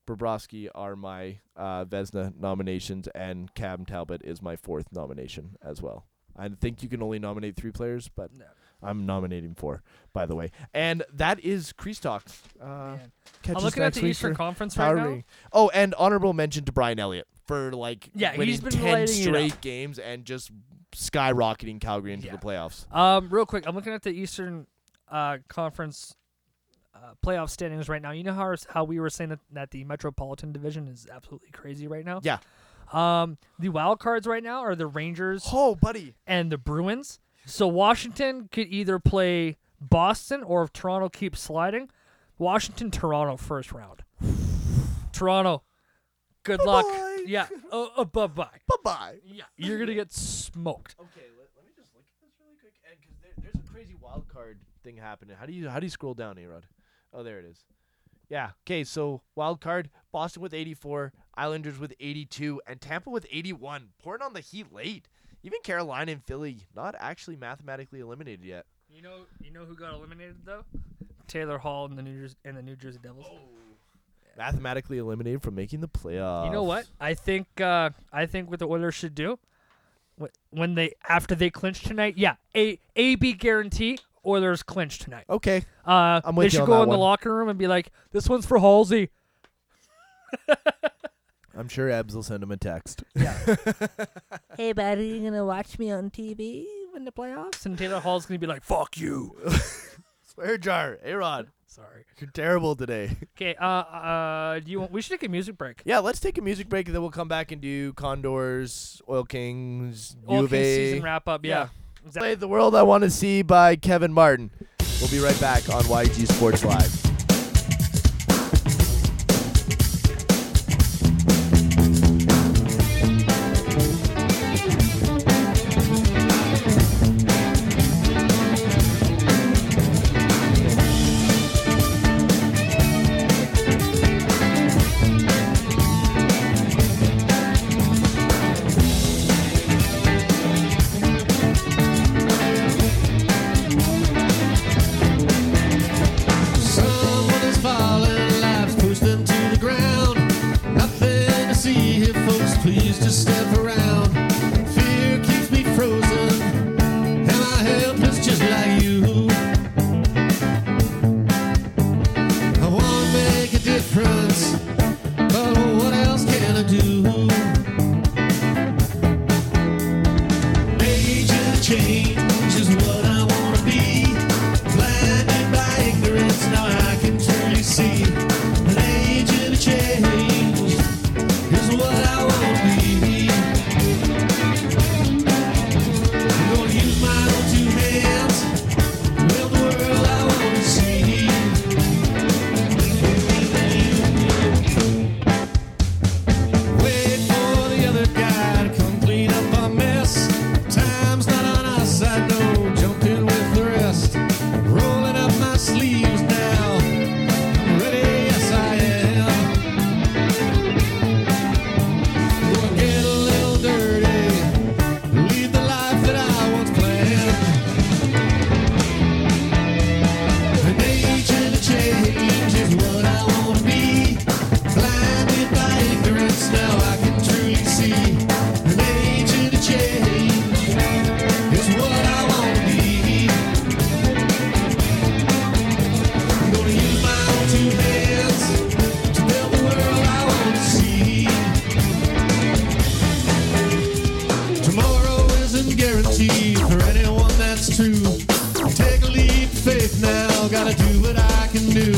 S3: Bobrovsky are my uh, Vesna nominations, and Cam Talbot is my fourth nomination as well. I think you can only nominate three players, but
S2: No.
S3: I'm nominating four, by the way. And that is Crease Talk. Uh,
S2: Man.
S3: catch
S2: I'm
S3: us
S2: looking at
S3: next
S2: the
S3: week
S2: Eastern
S3: for-
S2: Conference right
S3: Power
S2: now.
S3: ranking. Oh, and honorable mention to Brian Elliott for like
S2: Yeah, he's
S3: winning
S2: been
S3: ten
S2: lighting it up.
S3: straight games and just skyrocketing Calgary into
S2: Yeah.
S3: the playoffs.
S2: Um, real quick, I'm looking at the Eastern uh, Conference uh, playoff standings right now. You know how our- how we were saying that, that the Metropolitan Division is absolutely crazy right now.
S3: Yeah.
S2: Um, the wild cards right now are the Rangers
S3: Oh, buddy.
S2: and the Bruins. So Washington could either play Boston or if Toronto keeps sliding, Washington Toronto first round. Toronto, good
S3: Bye-bye.
S2: luck. Yeah. Oh, bye bye.
S3: Bye bye.
S2: Yeah, you're gonna get smoked.
S3: Okay, let, let me just look at card thing happening. How do you how do you scroll down, Arod? Oh, there it is. Yeah. Okay. So wild card: Boston with 84, Islanders with 82, and Tampa with 81. Pouring on the Heat late. Even Carolina and Philly not actually mathematically eliminated yet.
S2: You know, you know who got eliminated though? Taylor Hall and the New Jersey and the New Jersey Devils.
S3: Mathematically eliminated from making the playoffs.
S2: You know what? I think uh, I think what the Oilers should do wh- when they after they clinch tonight. Yeah, a a b guarantee. Oilers clinch tonight.
S3: Okay.
S2: Uh,
S3: Oh, I'm with
S2: they
S3: you
S2: should
S3: on
S2: go
S3: that
S2: in the
S3: one.
S2: locker room and be like, "This one's for Halsey."
S3: I'm sure Ebs will send him a text.
S2: Hey, buddy, you gonna watch me on TV when the playoffs? And Taylor Hall's gonna be like, "Fuck you."
S3: Swear jar, Arod.
S2: Sorry.
S3: You're terrible today.
S2: Okay. Uh, uh, do you want? We should take a music break.
S3: Yeah, let's take a music break and then we'll come back and do Condors, Oil Kings,
S2: Oil
S3: Juve.
S2: Kings season wrap up. Yeah. Exactly.
S3: Play the World I Want to See by Kevin Martin. We'll be right back on YG Sports Live.
S4: Someone is falling, lives pushed them to the ground. Nothing to see here, folks. Please just step around. Fear keeps me frozen. Am I helpless just like you? I wanna make a difference, but what else can I do? Major change is what I wanna be. Blinded by ignorance, now I can truly see. Major change is what I wanna be. I'm gonna use my own two hands to build the world I wanna see. Wait for the other guy to come clean up our mess. Time's not on our side, no. Jump in with the rest. Rolling up my sleeves now. I'm ready, yes I am. Gonna get a little dirty. Lead the life that I once planned. An agent of change is what I wanna be. Blinded by ignorance, now I can truly see. An agent of change is what I want to be. I'm gonna use my own two hands to build the world I want to see. Tomorrow isn't guaranteed for anyone that's true. Take a leap of faith now, gotta do what I can do.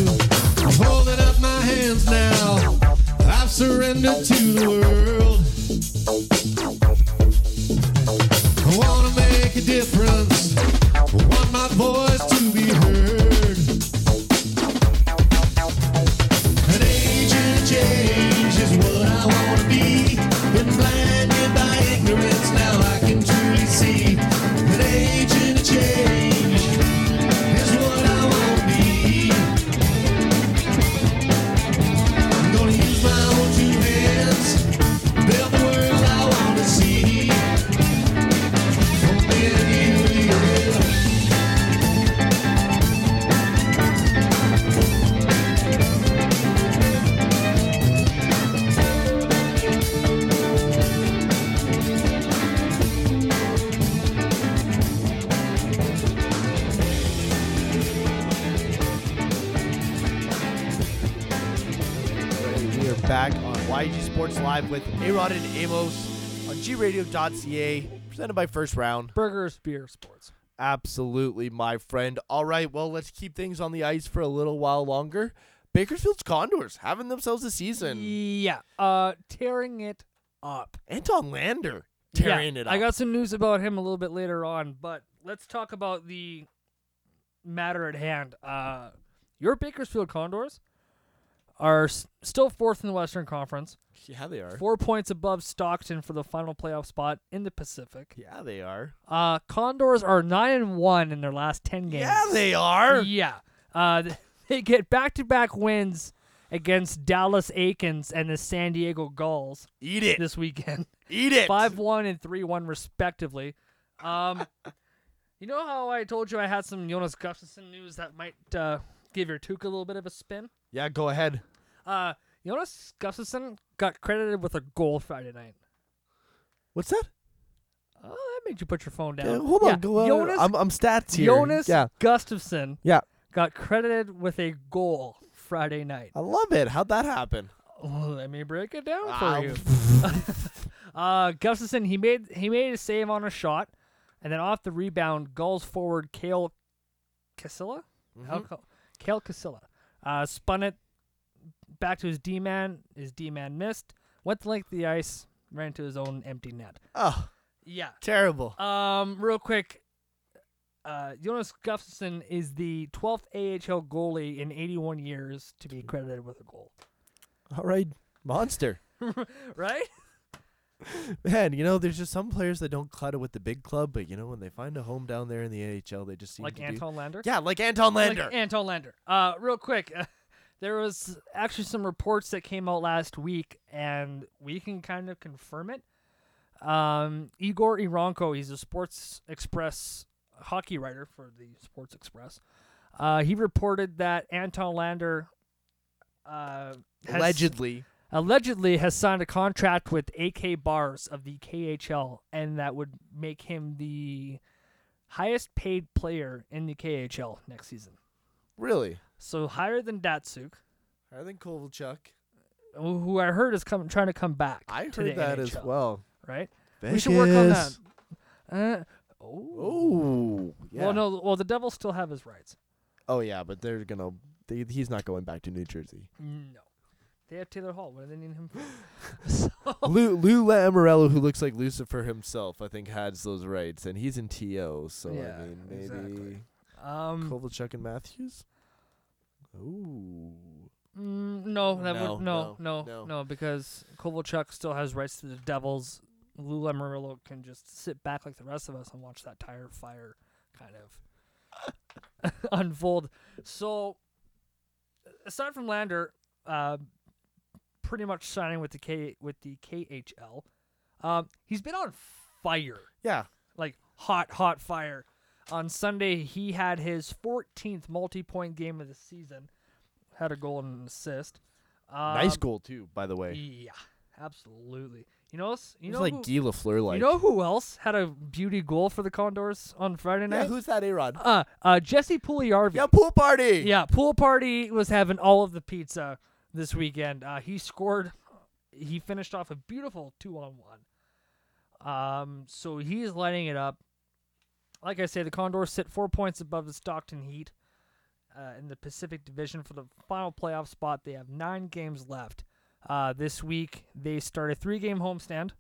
S4: I'm holding up my hands now, I've surrendered to the world. I wanna make a difference, want my voice to be heard. An agent of change is what I want to be. Been blinded by ignorance, now I can truly see. An agent of change is what I want to be. I'm gonna use my own two hands, build the world I want to see. Oh, man, you, you.
S3: Alright, We are back on YG Sports Live with Arod and Amos on gradio.ca, presented by First Round.
S2: Burgers, beer, sports.
S3: Absolutely, my friend. All right, well, let's keep things on the ice for a little while longer. Bakersfield's Condors having themselves a season.
S2: Yeah. Uh, tearing it up.
S3: Anton Lander
S2: Yeah,
S3: tearing it up.
S2: I got some news about him a little bit later on, but let's talk about the matter at hand. Uh, your Bakersfield Condors are s- still fourth in the Western Conference,
S3: Yeah, they are.
S2: four points above Stockton for the final playoff spot in the Pacific.
S3: Yeah, they are.
S2: Uh, Condors are nine and one in their last ten games.
S3: Yeah, they are.
S2: Yeah. Uh, th- they get back-to-back wins against Dallas Aikens and the San Diego Gulls
S3: Eat it.
S2: this weekend.
S3: Eat it.
S2: Five one and three one respectively. Um, you know how I told you I had some Jonas Gustafsson news that might uh, give your Tuca a little bit of a spin.
S3: Yeah, go ahead.
S2: Uh, Jonas Gustafsson got credited with a goal Friday night.
S3: What's that?
S2: Oh, that made you put your phone down.
S3: Uh, hold on.
S2: Yeah,
S3: Go on.
S2: Jonas,
S3: I'm, I'm stats here.
S2: Jonas
S3: Yeah.
S2: Gustafsson
S3: Yeah.
S2: got credited with a goal Friday night.
S3: I love it. How'd that happen?
S2: Well, let me break it down
S3: Ah,
S2: for you. uh, Gustafson, he made he made a save on a shot, and then off the rebound, Gulls forward Kale Casilla,
S3: Mm-hmm.
S2: How co- Kale Casilla, uh, spun it back to his D man. His D man missed. Went the length of the ice, ran to his own empty net.
S3: Oh,
S2: Yeah.
S3: terrible.
S2: Um, real quick, uh, Jonas Gustafsson is the 12th AHL goalie in 81 years to be credited with a goal.
S3: All right, monster.
S2: Right?
S3: Man, you know, there's just some players that don't cut it with the big club, but you know, when they find a home down there in the AHL, they just seem
S2: Like
S3: to
S2: Anton Lander.
S3: do. Yeah, like Anton Lander.
S2: Like Anton Lander. Uh, real quick, uh, there was actually some reports that came out last week, and we can kind of confirm it. Um, Igor Ironko, he's a Sports Express hockey writer for the Sports Express. Uh, he reported that Anton Lander uh, has,
S3: Allegedly.
S2: allegedly has signed a contract with AK Bars of the KHL, and that would make him the highest paid player in the KHL next season.
S3: Really?
S2: So higher than Datsuk,
S3: Higher than Kovalchuk.
S2: who who I heard is come, trying to come back.
S3: I
S2: to the
S3: heard that as
S2: NHL,
S3: well.
S2: Right? We should work on that.
S3: Vegas.
S2: Uh,
S3: Oh, yeah.
S2: Well, no. Well, the Devils still have his rights.
S3: Oh, yeah, but they're gonna. They, he's not going back to New Jersey.
S2: No, they have Taylor Hall. What do they need him for? so,
S3: Lou Lou Lamorello, who looks like Lucifer himself, I think has those rights, and he's in TO. So
S2: Yeah,
S3: I mean, maybe
S2: exactly. um,
S3: Kovalchuk and Matthews. Ooh.
S2: mm, no, that
S3: No,
S2: would, no,
S3: no,
S2: no,
S3: no.
S2: because Kovalchuk still has rights to the Devils. Lou Lamarillo can just sit back like the rest of us and watch that tire fire kind of unfold. So, aside from Lander, uh, pretty much signing with the K with the KHL, um, he's been on fire,
S3: Yeah.
S2: like hot, hot fire. On Sunday, he had his 14th multi-point game of the season, had a goal and an assist. Um,
S3: nice goal too, by the way.
S2: Yeah, absolutely. You know, else- you
S3: He's
S2: know,
S3: like
S2: who,
S3: Guy Lafleur, like.
S2: you know who else had a beauty goal for the Condors on Friday night?
S3: yeah, who's that? Arod.
S2: uh, uh, Jesse Pugliarvi.
S3: yeah, pool party.
S2: Yeah, pool party was having all of the pizza this weekend. Uh, he scored. He finished off a beautiful two on one. Um, so he's lighting it up. Like I say, the Condors sit four points above the Stockton Heat uh, in the Pacific Division for the final playoff spot. They have nine games left. Uh, this week they start a three-game homestand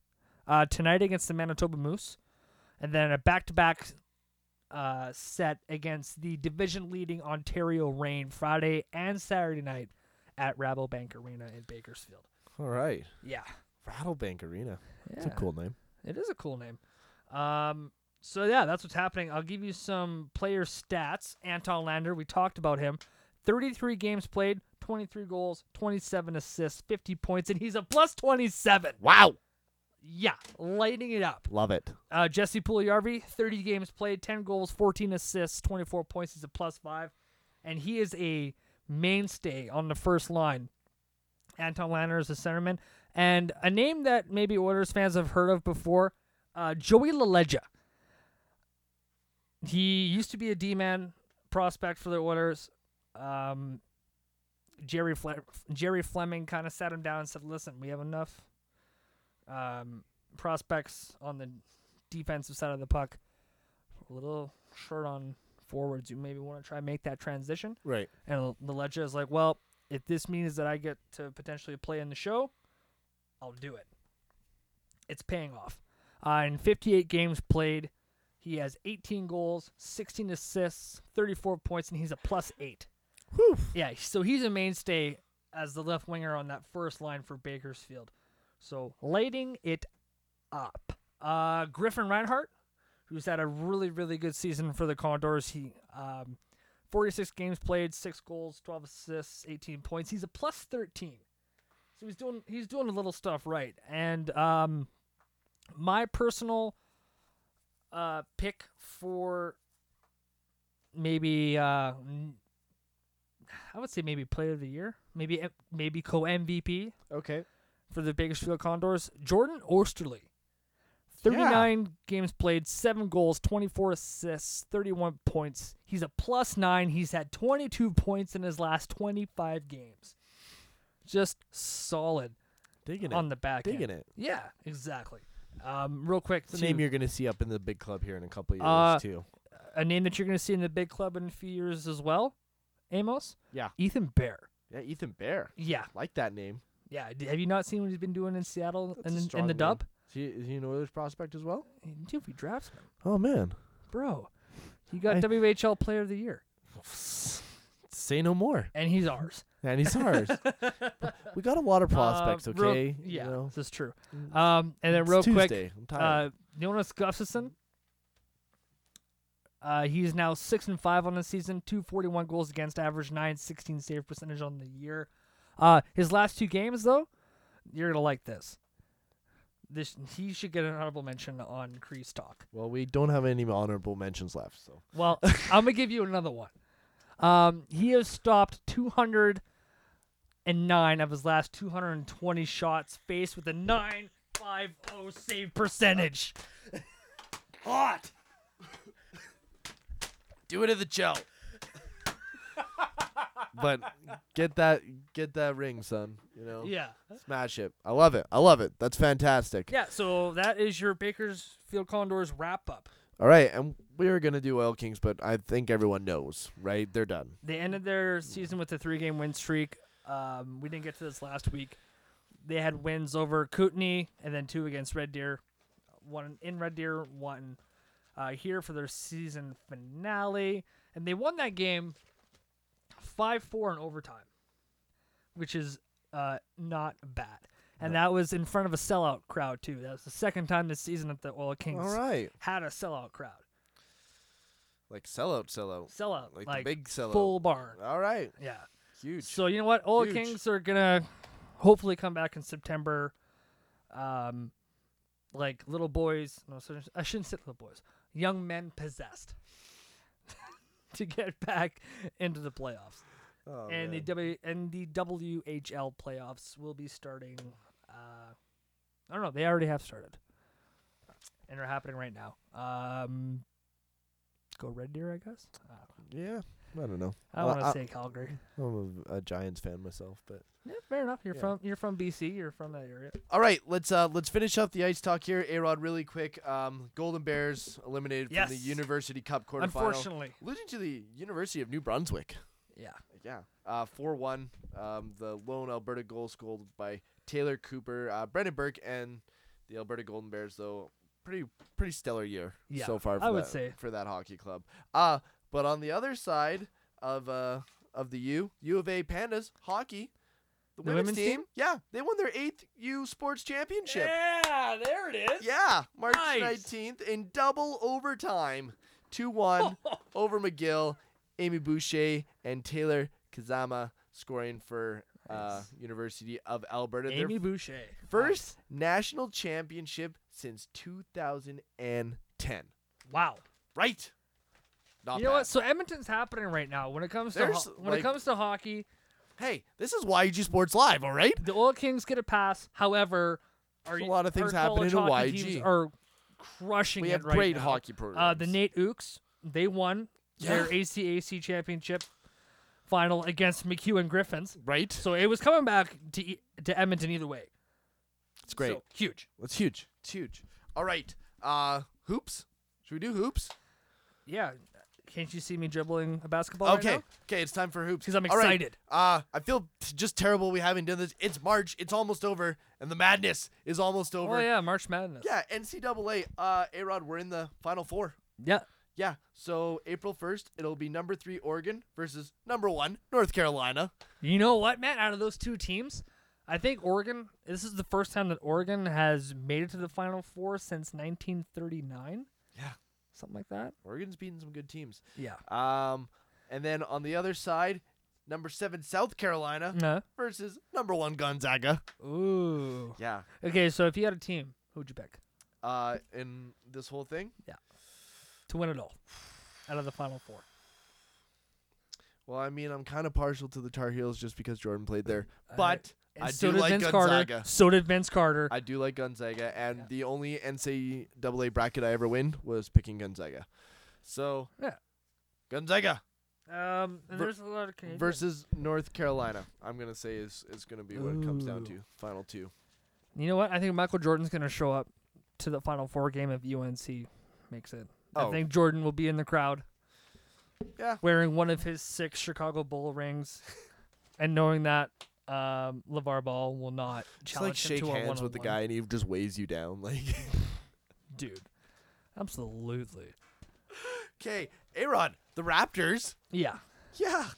S2: uh, tonight against the Manitoba Moose, and then a back-to-back uh, set against the division leading Ontario Reign Friday and Saturday night at Rabobank Arena in Bakersfield.
S3: All right.
S2: Yeah.
S3: Rattlebank Arena. It's
S2: yeah.
S3: a cool name.
S2: It is a cool name. Um, so yeah, that's what's happening. I'll give you some player stats. Anton Lander, we talked about him. 33 games played, 23 goals, 27 assists, 50 points, and he's a plus 27.
S3: Wow.
S2: Yeah, lighting it up.
S3: Love it.
S2: Uh, Jesse Pugliarvi, 30 games played, 10 goals, 14 assists, 24 points. He's a plus five. And he is a mainstay on the first line. Anton Lanner is a centerman. And a name that maybe Oilers fans have heard of before, uh, Joey LaLeggia. He used to be a D-man prospect for the Oilers. Um, Jerry, Fle- Jerry Fleming kind of sat him down and said, listen, we have enough um, prospects on the defensive side of the puck. A little short on forwards. You maybe want to try and make that transition.
S3: Right.
S2: And L- the Ledger is like, well, if this means that I get to potentially play in the show, I'll do it. It's paying off. Uh, in 58 games played, he has 18 goals, 16 assists, 34 points, and he's a plus eight.
S3: Whew.
S2: Yeah, so he's a mainstay as the left winger on that first line for Bakersfield. So lighting it up. Uh, Griffin Reinhardt, who's had a really, really good season for the Condors. He um, 46 games played, six goals, 12 assists, 18 points. He's a plus 13. So he's doing he's doing a little stuff right. And um, my personal uh, pick for maybe uh, n- I would say maybe player of the year, maybe M- maybe co MVP
S3: Okay.
S2: for the Bakersfield Condors, Jordan Osterley. 39 games played, 7 goals, 24 assists, 31 points. He's a plus 9. He's had 22 points in his last 25 games. Just solid
S3: Digging
S2: on the back
S3: Digging
S2: end.
S3: it.
S2: Yeah, exactly. Um, real quick,
S3: It's a
S2: too,
S3: name you're going to see up in the big club here in a couple years,
S2: Uh,
S3: too.
S2: a name that you're going to see in the big club in a few years as well, Amos?
S3: Yeah.
S2: Ethan Bear.
S3: Yeah, Ethan Bear.
S2: Yeah,
S3: Like that name.
S2: yeah. D- Have you not seen what he's been doing in Seattle
S3: That's a
S2: and in,
S3: strong
S2: the
S3: name.
S2: dub?
S3: Is he, is he an Oilers prospect as well?
S2: Dude, we drafts him.
S3: Oh, man.
S2: Bro, he got
S3: I-
S2: WHL Player of the Year,
S3: Say no more.
S2: and he's ours.
S3: And he's ours. we got a lot of prospects,
S2: Um, real-
S3: okay?
S2: yeah,
S3: You know?
S2: this is true. Um, and then
S3: It's
S2: real quick,
S3: Tuesday. I'm tired.
S2: uh, Jonas Gustafsson. Uh, he's now six and five on the season, two forty one goals against average, nine sixteen save percentage on the year. Uh, his last two games though, you're gonna like this. This he should get an honorable mention on Crease Talk.
S3: well, we don't have any honorable mentions left, so.
S2: Well, I'm gonna give you another one. Um, he has stopped 209 of his last 220 shots, faced with a 950 save percentage.
S3: Hot! Do it at the gel. but get that get that ring, son. You know?
S2: Yeah,
S3: Smash it. I love it. I love it. That's fantastic.
S2: yeah. So that is your Bakersfield Condors wrap up.
S3: All right, and we were gonna do Oil Kings, but I think everyone knows, right? They're done.
S2: They ended their season with a three game win streak. Um, we didn't get to this last week. They had wins over Kootenay and then two against Red Deer. One in Red Deer, one uh, here for their season finale. And they won that game 5 4 in overtime, which is uh, not bad. And that was in front of a sellout crowd, too. That was the second time this season that the Oil Kings
S3: All right,
S2: had a sellout crowd.
S3: like sellout, sellout,
S2: Sellout.
S3: like,
S2: Like,
S3: the big sellout.
S2: full barn.
S3: All right,
S2: Yeah.
S3: huge.
S2: So you know what? Oil
S3: Huge.
S2: Kings are gonna hopefully come back in September. Um, like little boys. No, sorry, I shouldn't say little boys. Young men possessed to get back into the playoffs.
S3: Oh,
S2: and the
S3: man.
S2: W and the WHL playoffs will be starting. Uh, I don't know. They already have started, and are happening right now. Um, go Red Deer, I guess. I don't know.
S3: yeah, I don't know.
S2: I
S3: Well,
S2: want to
S3: I-
S2: say Calgary.
S3: I'm a, a Giants fan myself, but
S2: Yeah, fair enough. You're
S3: Yeah.
S2: from you're from BC. You're from that area.
S3: all right, let's uh let's finish up the ice talk here. Arod, really quick. Um, Golden Bears eliminated from the
S2: Yes.
S3: University Cup quarterfinal,
S2: Unfortunately,
S3: losing to the University of New Brunswick.
S2: yeah.
S3: Yeah. Uh, 4 1. Um, the lone Alberta goal scored by Taylor Cooper, uh, Brendan Burke, and the Alberta Golden Bears, though. Pretty pretty stellar year
S2: Yeah,
S3: so far. For
S2: I would
S3: that,
S2: say.
S3: for that hockey club. Uh, but on the other side of uh, of the U, U of A Pandas hockey, the,
S2: The
S3: women's,
S2: women's
S3: team,
S2: team?
S3: yeah, they won their eighth U Sports Championship.
S2: Yeah, there it is.
S3: Yeah, March
S2: Nice.
S3: 19th in double overtime. 2 1 over McGill, Amy Boucher, and Taylor Kazama scoring for uh,
S2: Nice.
S3: University of Alberta. Their
S2: Amy Boucher.
S3: first national championship since 2010.
S2: Nice. Wow.
S3: Right. Not
S2: you know
S3: bad.
S2: what? So Edmonton's happening right now. When it comes to
S3: There's,
S2: ho- when
S3: like-
S2: it comes to hockey,
S3: Hey, this is YG Sports Live, all right?
S2: the Oil Kings get a pass. However, are
S3: There's a
S2: you-
S3: lot of things
S2: our college
S3: happening to
S2: hockey
S3: YG.
S2: teams Are crushing
S3: We
S2: it
S3: have
S2: right
S3: great
S2: now.
S3: hockey programs.
S2: Uh, the Nate Ooks, they won their
S3: Yeah.
S2: ACAC championship final against McEwen Griffins.
S3: right?
S2: So it was coming back to E- to Edmonton either way.
S3: It's great.
S2: So, huge.
S3: It's huge. It's huge. All right. Uh, hoops. Should we do hoops?
S2: Yeah. Can't you see me dribbling a basketball? right
S3: Okay.
S2: now?
S3: okay, it's time for hoops.
S2: 'Cause I'm
S3: All right.
S2: excited.
S3: Uh, I feel t- just terrible we haven't done this. It's March. It's almost over, and the madness is almost over.
S2: Oh yeah, March Madness.
S3: Yeah, NCAA. Uh, Arod, we're in the final four.
S2: Yeah.
S3: Yeah, so April 1st, it'll be number three Oregon versus number one North Carolina.
S2: You know what, Matt? Out of those two teams, I think Oregon. This is the first time that Oregon has made it to the Final Four since 1939,
S3: Yeah,
S2: something like that.
S3: Oregon's beaten some good teams.
S2: Yeah.
S3: Um, and then on the other side, number seven South Carolina
S2: No.
S3: versus number one Gonzaga.
S2: Ooh.
S3: Yeah.
S2: Okay, so if you had a team, who would you pick
S3: Uh, in this whole thing,
S2: to win it all out of the Final Four?
S3: well, I mean, I'm kind of partial to the Tar Heels just because Jordan played there,
S2: Uh,
S3: but
S2: And
S3: I
S2: so
S3: do
S2: did
S3: like
S2: Vince
S3: Gonzaga.
S2: Carter. So did Vince Carter.
S3: I do like Gonzaga, and
S2: Yeah.
S3: the only NCAA bracket I ever win was picking Gonzaga. So,
S2: Yeah.
S3: Gonzaga
S2: um, and
S3: Ver-
S2: there's a lot of Canadian.
S3: versus North Carolina. I'm gonna say is is gonna be what it comes down
S2: Ooh.
S3: to. Final two.
S2: You know what? I think Michael Jordan's gonna show up to the Final Four game if UNC makes it.
S3: Oh.
S2: I think Jordan will be in the crowd.
S3: Yeah.
S2: Wearing one of his six Chicago Bull rings, and knowing that um, Levar Ball will not
S3: Just like
S2: challenge him
S3: shake
S2: to a
S3: hands with the
S2: one-on-one.
S3: guy, and he just weighs you down. Like,
S2: dude. Absolutely.
S3: okay, Aaron, the Raptors.
S2: Yeah.
S3: Yeah,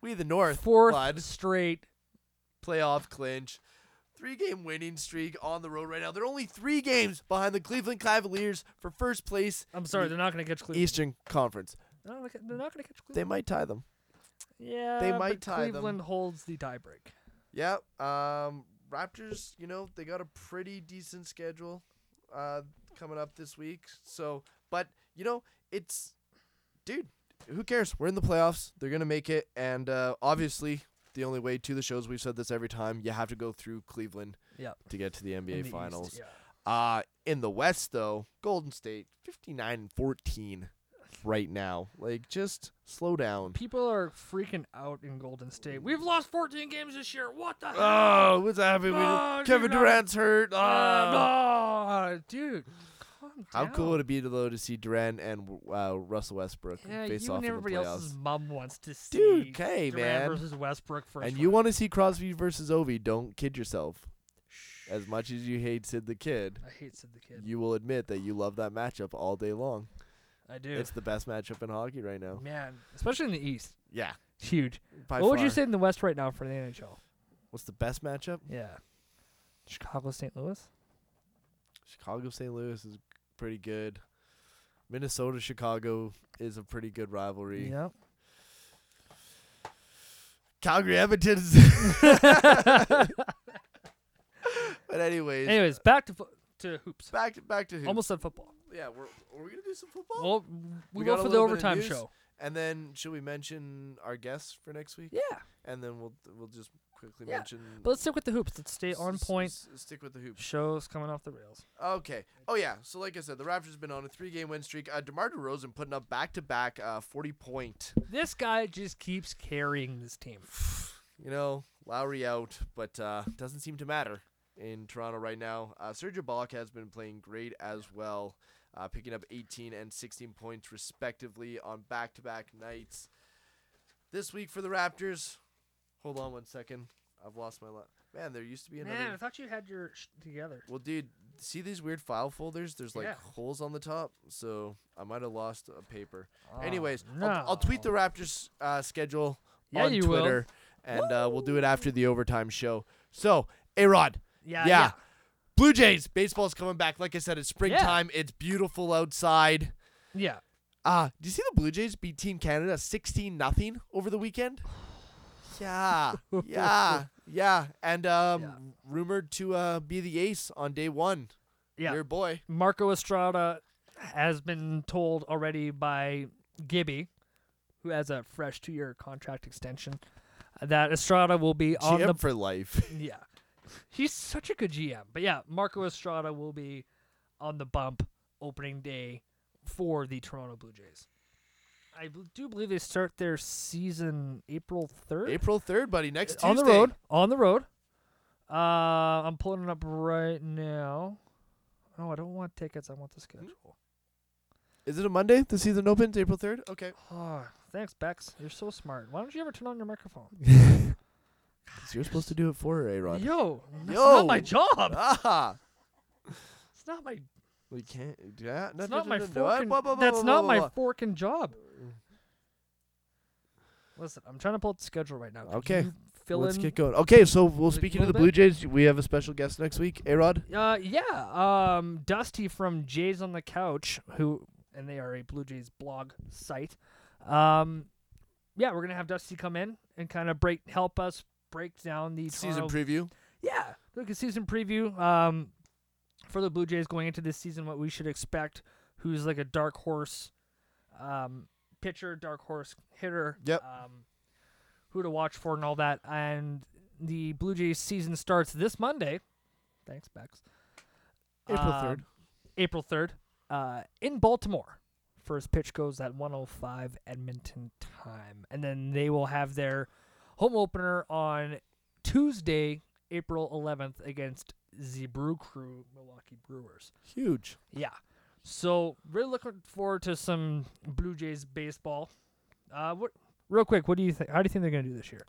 S3: we the North.
S2: Fourth
S3: bud.
S2: straight.
S3: playoff clinch. Three game winning streak on the road right now. They're only three games behind the Cleveland Cavaliers for first place
S2: I'm sorry, they're not going to catch Cleveland.
S3: Eastern Conference.
S2: They're not going to catch
S3: They
S2: Cleveland.
S3: might tie them.
S2: yeah,
S3: they
S2: but
S3: might tie them.
S2: Cleveland holds the tiebreak.
S3: Yeah. Um, Raptors, you know, they got a pretty decent schedule uh, coming up this week. So, but, you know, it's, dude, who cares? We're in the playoffs. They're going to make it. And uh, obviously, the only way to the shows, we've said this every time, you have to go through Cleveland
S2: Yep.
S3: to get to the NBA
S2: in the East,
S3: Finals.
S2: yeah.
S3: Uh in the West though, Golden State 59 and 14 right now. Like just slow down.
S2: People are freaking out in Golden State. We've lost 14 games this year. What the hell?
S3: Oh, what's happening?
S2: Oh,
S3: Kevin
S2: dude, I'm-
S3: Durant's hurt.
S2: Uh,
S3: Ah.
S2: no, dude. Calm
S3: How
S2: down.
S3: cool would it be to though to see Durant and uh, Russell Westbrook
S2: yeah,
S3: face
S2: you
S3: off
S2: and
S3: in the
S2: everybody else's
S3: playoffs?
S2: mom wants to see
S3: Dude, okay,
S2: Durant
S3: man.
S2: versus Westbrook first.
S3: And you
S2: round.
S3: want to see Crosby versus Ovi? Don't kid yourself. As much as you hate Sid the Kid,
S2: I hate Sid the Kid.
S3: you will admit that you love that matchup all day long.
S2: I do.
S3: It's the best matchup in hockey right now.
S2: man, especially in the East.
S3: Yeah.
S2: It's huge.
S3: By
S2: what would you
S3: far.
S2: say in the West right now for the NHL?
S3: What's the best matchup?
S2: Yeah. Chicago, St. Louis.
S3: Chicago St. Louis is pretty good. Minnesota Chicago is a pretty good rivalry.
S2: Yep.
S3: Calgary Edmonton. is- but anyways,
S2: Anyways, back to fo- to hoops.
S3: uh, back to back to who?
S2: Almost said football.
S3: Yeah, we're we're gonna do some football.
S2: Well, we,
S3: we
S2: go
S3: got a
S2: for the
S3: little bit of
S2: overtime
S3: news.
S2: show.
S3: and then should we mention our guests for next week?
S2: Yeah,
S3: And then we'll we'll just quickly
S2: Yeah,
S3: mention.
S2: but let's stick with the hoops. Let's stay
S3: s-
S2: on
S3: s-
S2: point.
S3: s- stick with the hoops.
S2: Shows coming off the rails.
S3: Okay. Oh yeah. So like I said, the Raptors have been on a three-game win streak. Uh, Demar Derozan putting up back-to-back uh, 40-point
S2: This guy just keeps carrying this team.
S3: you know, Lowry out, but uh, doesn't seem to matter in Toronto right now. Uh, Sergio Balak has been playing great as well, uh, picking up 18 and 16 points respectively on back-to-back nights. This week for the Raptors, hold on one second. I've lost my lot. Man, there used to be another.
S2: Man, I thought you had your sh- together.
S3: Well, dude, see these weird file folders? There's like
S2: Yeah.
S3: holes on the top, so I might have lost a paper.
S2: Oh,
S3: Anyways, I'll, I'll tweet the
S2: no.
S3: Raptors uh, schedule
S2: Yeah,
S3: on
S2: you will.
S3: Twitter, and uh, we'll do it after the overtime show. So, A Rod,
S2: Yeah,
S3: yeah.
S2: yeah.
S3: Blue Jays baseball's coming back. Like I said, it's springtime. It's beautiful outside.
S2: Yeah.
S3: Uh, do you see the Blue Jays beat Team Canada sixteen nothing over the weekend? Yeah, yeah, yeah. And um,
S2: Yeah.
S3: rumored to uh, be the ace on day one.
S2: Yeah.
S3: your boy.
S2: Marco Estrada has been told already by Gibby, who has a fresh two-year contract extension, that Estrada will be on
S3: GM
S2: the
S3: for life.
S2: yeah. He's such a good GM, but yeah, Marco Estrada will be on the bump opening day for the Toronto Blue Jays. I bel- do believe they start their season April third Uh,
S3: April third, buddy. Next Tuesday
S2: on the road. On the road. Uh, I'm pulling it up right now. No, I don't want tickets. I
S3: Hmm?
S2: want the schedule.
S3: Is it a Monday? The season opens April third. Okay.
S2: Oh, thanks, Bex. You're so smart. Why don't you ever turn on your microphone?
S3: You're supposed to do it for her, Aaron.
S2: Yo, that's
S3: Yo.
S2: not my job.
S3: Ah,
S2: It's not my
S3: We can't. Yeah,
S2: That's not my fork. and- That's not my fork and job. Listen, I'm trying to pull up the schedule right now. Could
S3: Okay,
S2: you Fill
S3: Let's
S2: in.
S3: get going. Okay, so we'll
S2: a
S3: speaking of the
S2: little
S3: Blue Jays, we have a special guest next week. Arod.
S2: Uh, yeah. Um, Dusty from Jays on the Couch, who and they are a Blue Jays blog site. Um, yeah, we're gonna have Dusty come in and kind of break, help us break down the Toronto-
S3: preview.
S2: Yeah, look a season preview. Um, for the Blue Jays going into this season, what we should expect, who's like a dark horse, um, pitcher, dark horse hitter.
S3: Yep.
S2: Um, who to watch for and all that, and the Blue Jays season starts this Monday. Thanks, Bex.
S3: April
S2: Um,
S3: third.
S2: April third, uh, in Baltimore. First pitch goes at 105 Edmonton time, and then they will have their home opener on Tuesday, April 11th, against the Brew Crew Milwaukee Brewers.
S3: Huge.
S2: Yeah, so really looking forward to some Blue Jays baseball. Uh, what? Real quick, what do you think? How do you think they're going to do this year?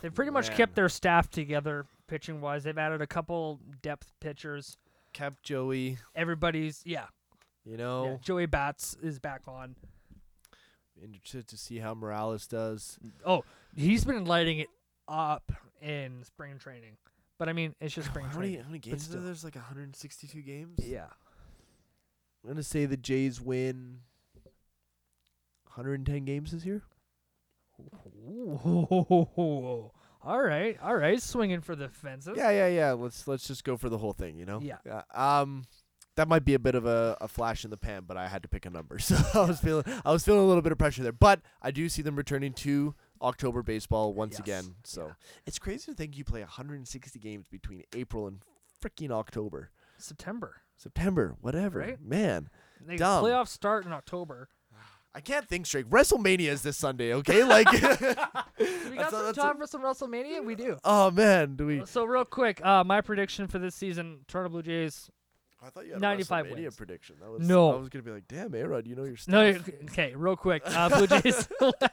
S2: They've pretty much
S3: Man.
S2: kept their staff together pitching wise. They've added a couple depth pitchers.
S3: Cap Joey.
S2: Everybody's yeah,
S3: You
S2: yeah,
S3: know,
S2: Joey Bats is back on.
S3: interested to see how Morales does.
S2: Oh, he's been lighting it up in spring training. But I mean, it's just spring
S3: How many,
S2: training.
S3: how many games? are
S2: still.
S3: there? There's like 162 games.
S2: Yeah.
S3: I'm gonna say the Jays win 110 games this year.
S2: Ooh. All right. All right. Swinging for the fences.
S3: Yeah, yeah, yeah. Let's let's just go for the whole thing. You know.
S2: Yeah.
S3: um, that might be a bit of a, a flash in the pan, but I had to pick a number, so I was feeling I was feeling a little bit of pressure there. But I do see them returning to October baseball once
S2: Yes.
S3: again. So it's crazy to think you play 160 games between April and freaking October,
S2: September.
S3: September, whatever.
S2: Right?
S3: Man,
S2: They
S3: Dumb.
S2: playoffs start in October.
S3: I can't think straight. WrestleMania is this Sunday, okay? Like,
S2: We
S3: That's
S2: got
S3: a-
S2: some
S3: that's a-
S2: time for some WrestleMania. We do.
S3: oh man, do we?
S2: So real quick, uh, my prediction for this season: Toronto Blue Jays.
S3: I thought you had
S2: 95
S3: a WrestleMania
S2: wins.
S3: prediction. That was,
S2: No.
S3: I was gonna be like, damn, Arod, you know your stuff.
S2: No, you- okay. Real quick, uh, Blue Jays left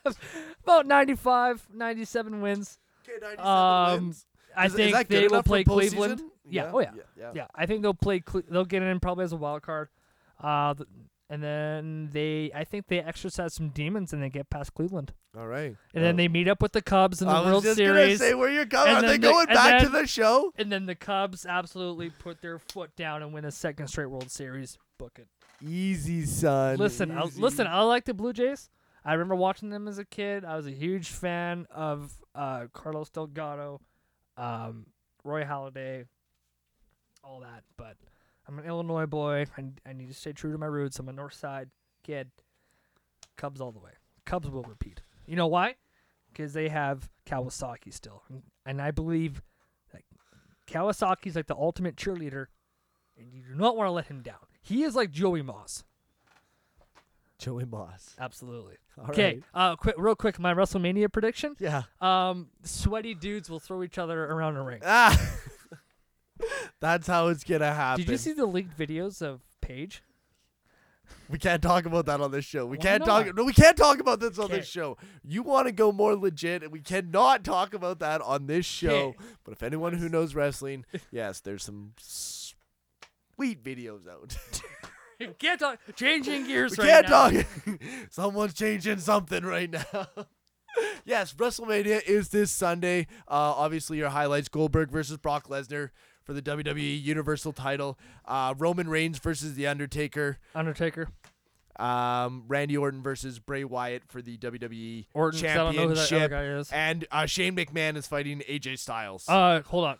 S2: about 95, 97 wins.
S3: Okay, 97
S2: Um,
S3: wins.
S2: I
S3: Is- is
S2: think
S3: that good
S2: they will
S3: enough for
S2: play Cleveland.
S3: postseason?
S2: Yeah, oh yeah. Yeah, I think they'll play. Cle- they'll get in probably as a wild card, uh, th- and then they. I think they exercise some demons and they get past Cleveland,
S3: All right.
S2: and then they meet up with the Cubs in the
S3: Oh. I was
S2: World
S3: just
S2: Series,
S3: gonna say where you're going.
S2: and
S3: Are they
S2: then they-
S3: going
S2: and
S3: back to
S2: then-
S3: the show?
S2: and then the Cubs absolutely put their foot down and win a second straight World Series. Book it.
S3: Easy, son.
S2: Listen, I, listen. I like the Blue Jays. I remember watching them as a kid. I was a huge fan of uh, Carlos Delgado, um, Roy Halladay, all that. But I'm an Illinois boy. I, I need to stay true to my roots. I'm a North Side kid. Cubs all the way. Cubs will repeat. You know why? Because they have Kawasaki still, and, and I believe that Kawasaki's like the ultimate cheerleader, and you do not want to let him down. He is like Joey Moss.
S3: Joey Moss.
S2: Absolutely.
S3: All
S2: Okay.
S3: right.
S2: Uh, quick, real quick, my WrestleMania prediction.
S3: Yeah.
S2: Um, sweaty dudes will throw each other around a ring.
S3: Ah. That's how it's gonna happen.
S2: Did you see the leaked videos of Paige?
S3: We can't talk about that on this show. We
S2: Why
S3: can't talk.
S2: not?
S3: No, we can't talk about this on
S2: Okay.
S3: this show. You want to go more legit, and we cannot talk about that on this show.
S2: Okay.
S3: But if anyone who knows wrestling, yes, there's some sweet videos out.
S2: can't talk. Changing gears.
S3: we
S2: right
S3: can't
S2: now.
S3: talk. Someone's changing something right now. yes, WrestleMania is this Sunday. Uh, obviously, your highlights: Goldberg versus Brock Lesnar for the WWE Universal Title. Uh, Roman Reigns versus The Undertaker.
S2: Undertaker.
S3: Um, Randy Orton versus Bray Wyatt for the WWE
S2: Orton. 'cause I don't know who that other
S3: Championship.
S2: guy is.
S3: And uh, Shane McMahon is fighting AJ Styles.
S2: Uh, hold on.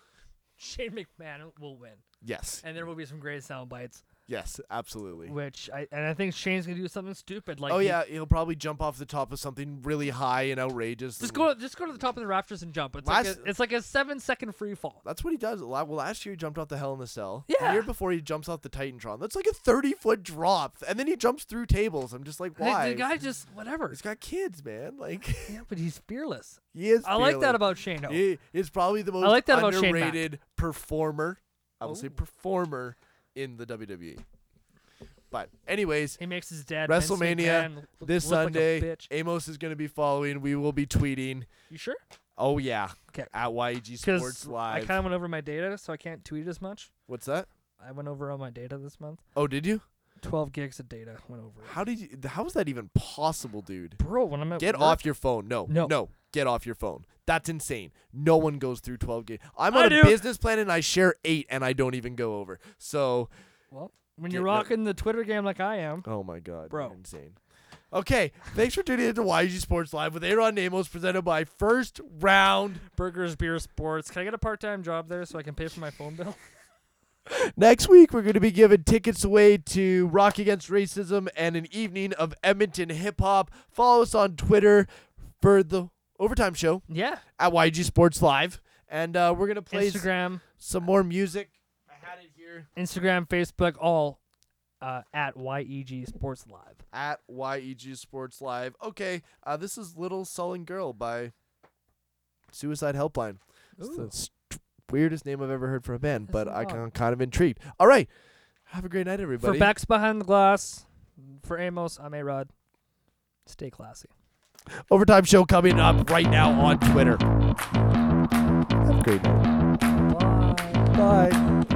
S2: Shane McMahon will win,
S3: yes,
S2: and there will be some great sound bites.
S3: yes, absolutely.
S2: Which I and I think Shane's gonna do something stupid. Like
S3: oh
S2: he-
S3: yeah, he'll probably jump off the top of something really high and outrageous.
S2: Just
S3: and-
S2: go, just go to the top of the rafters and jump. It's like
S3: Last-
S2: a, it's like a seven second free fall.
S3: That's what he does. La- Well, last year he jumped off the Hell in a Cell. The
S2: Yeah.
S3: year before he jumps off the Titantron. That's like a thirty foot drop, and then he jumps through tables. I'm just like,
S2: The-
S3: why?
S2: The guy just whatever.
S3: He's got kids, man. Like
S2: Yeah, but he's fearless.
S3: he is.
S2: I like that
S3: fearless.
S2: about Shane. though.
S3: He is probably the most
S2: like that about Shane Mack.
S3: underrated performer. I will say performer in the WWE. E. But anyways,
S2: He makes his dad Vince
S3: WrestleMania
S2: McMahon l-
S3: this
S2: look like a
S3: Sunday.
S2: bitch.
S3: Amos is going to be following. We will be tweeting.
S2: You sure?
S3: Oh yeah,
S2: 'Kay.
S3: at YEG Sports
S2: Because I
S3: Live.
S2: kind of went over my data, so I can't tweet as much.
S3: What's that?
S2: I went over all my data this month.
S3: Oh, did you?
S2: 12 gigs of data went over. it.
S3: How did you? How is that even possible, dude?
S2: Bro, when I'm at
S3: Get
S2: work-
S3: off your phone. No, no,
S2: No.
S3: no. Get off your phone. That's insane. No one goes through 12 gigs. I'm
S2: I
S3: on a
S2: do.
S3: business plan and I share eight and I don't even go over. So,
S2: Well, when
S3: Get-
S2: you're
S3: no.
S2: rocking the Twitter game like I am,
S3: oh my God.
S2: Bro.
S3: you're Insane. Okay. Thanks for tuning in to YG Sports Live with Aaron Namos presented by First Round.
S2: burgers, beer, sports. Can I get a part-time job there so I can pay for my phone bill?
S3: Next week, we're going to be giving tickets away to Rock Against Racism and an evening of Edmonton hip hop. Follow us on Twitter for the Overtime Show
S2: yeah.
S3: at YG Sports Live. And uh, we're going to play s-
S2: Instagram,
S3: some more music. I had it here.
S2: Instagram, Facebook, all uh, at YEG Sports Live.
S3: at YEG Sports Live. Okay, uh, this is Little Sullen Girl by Suicide Helpline. It's the
S2: Ooh.
S3: st- weirdest name I've ever heard for a band,
S2: That's
S3: but
S2: not
S3: I
S2: odd.
S3: am kind of intrigued. All right, have a great night,
S2: For
S3: everybody.
S2: backs behind the glass, for Amos, I'm A-Rod. Stay classy.
S3: Overtime show coming up right now on Twitter. Have a great night.
S2: Bye.
S3: Bye.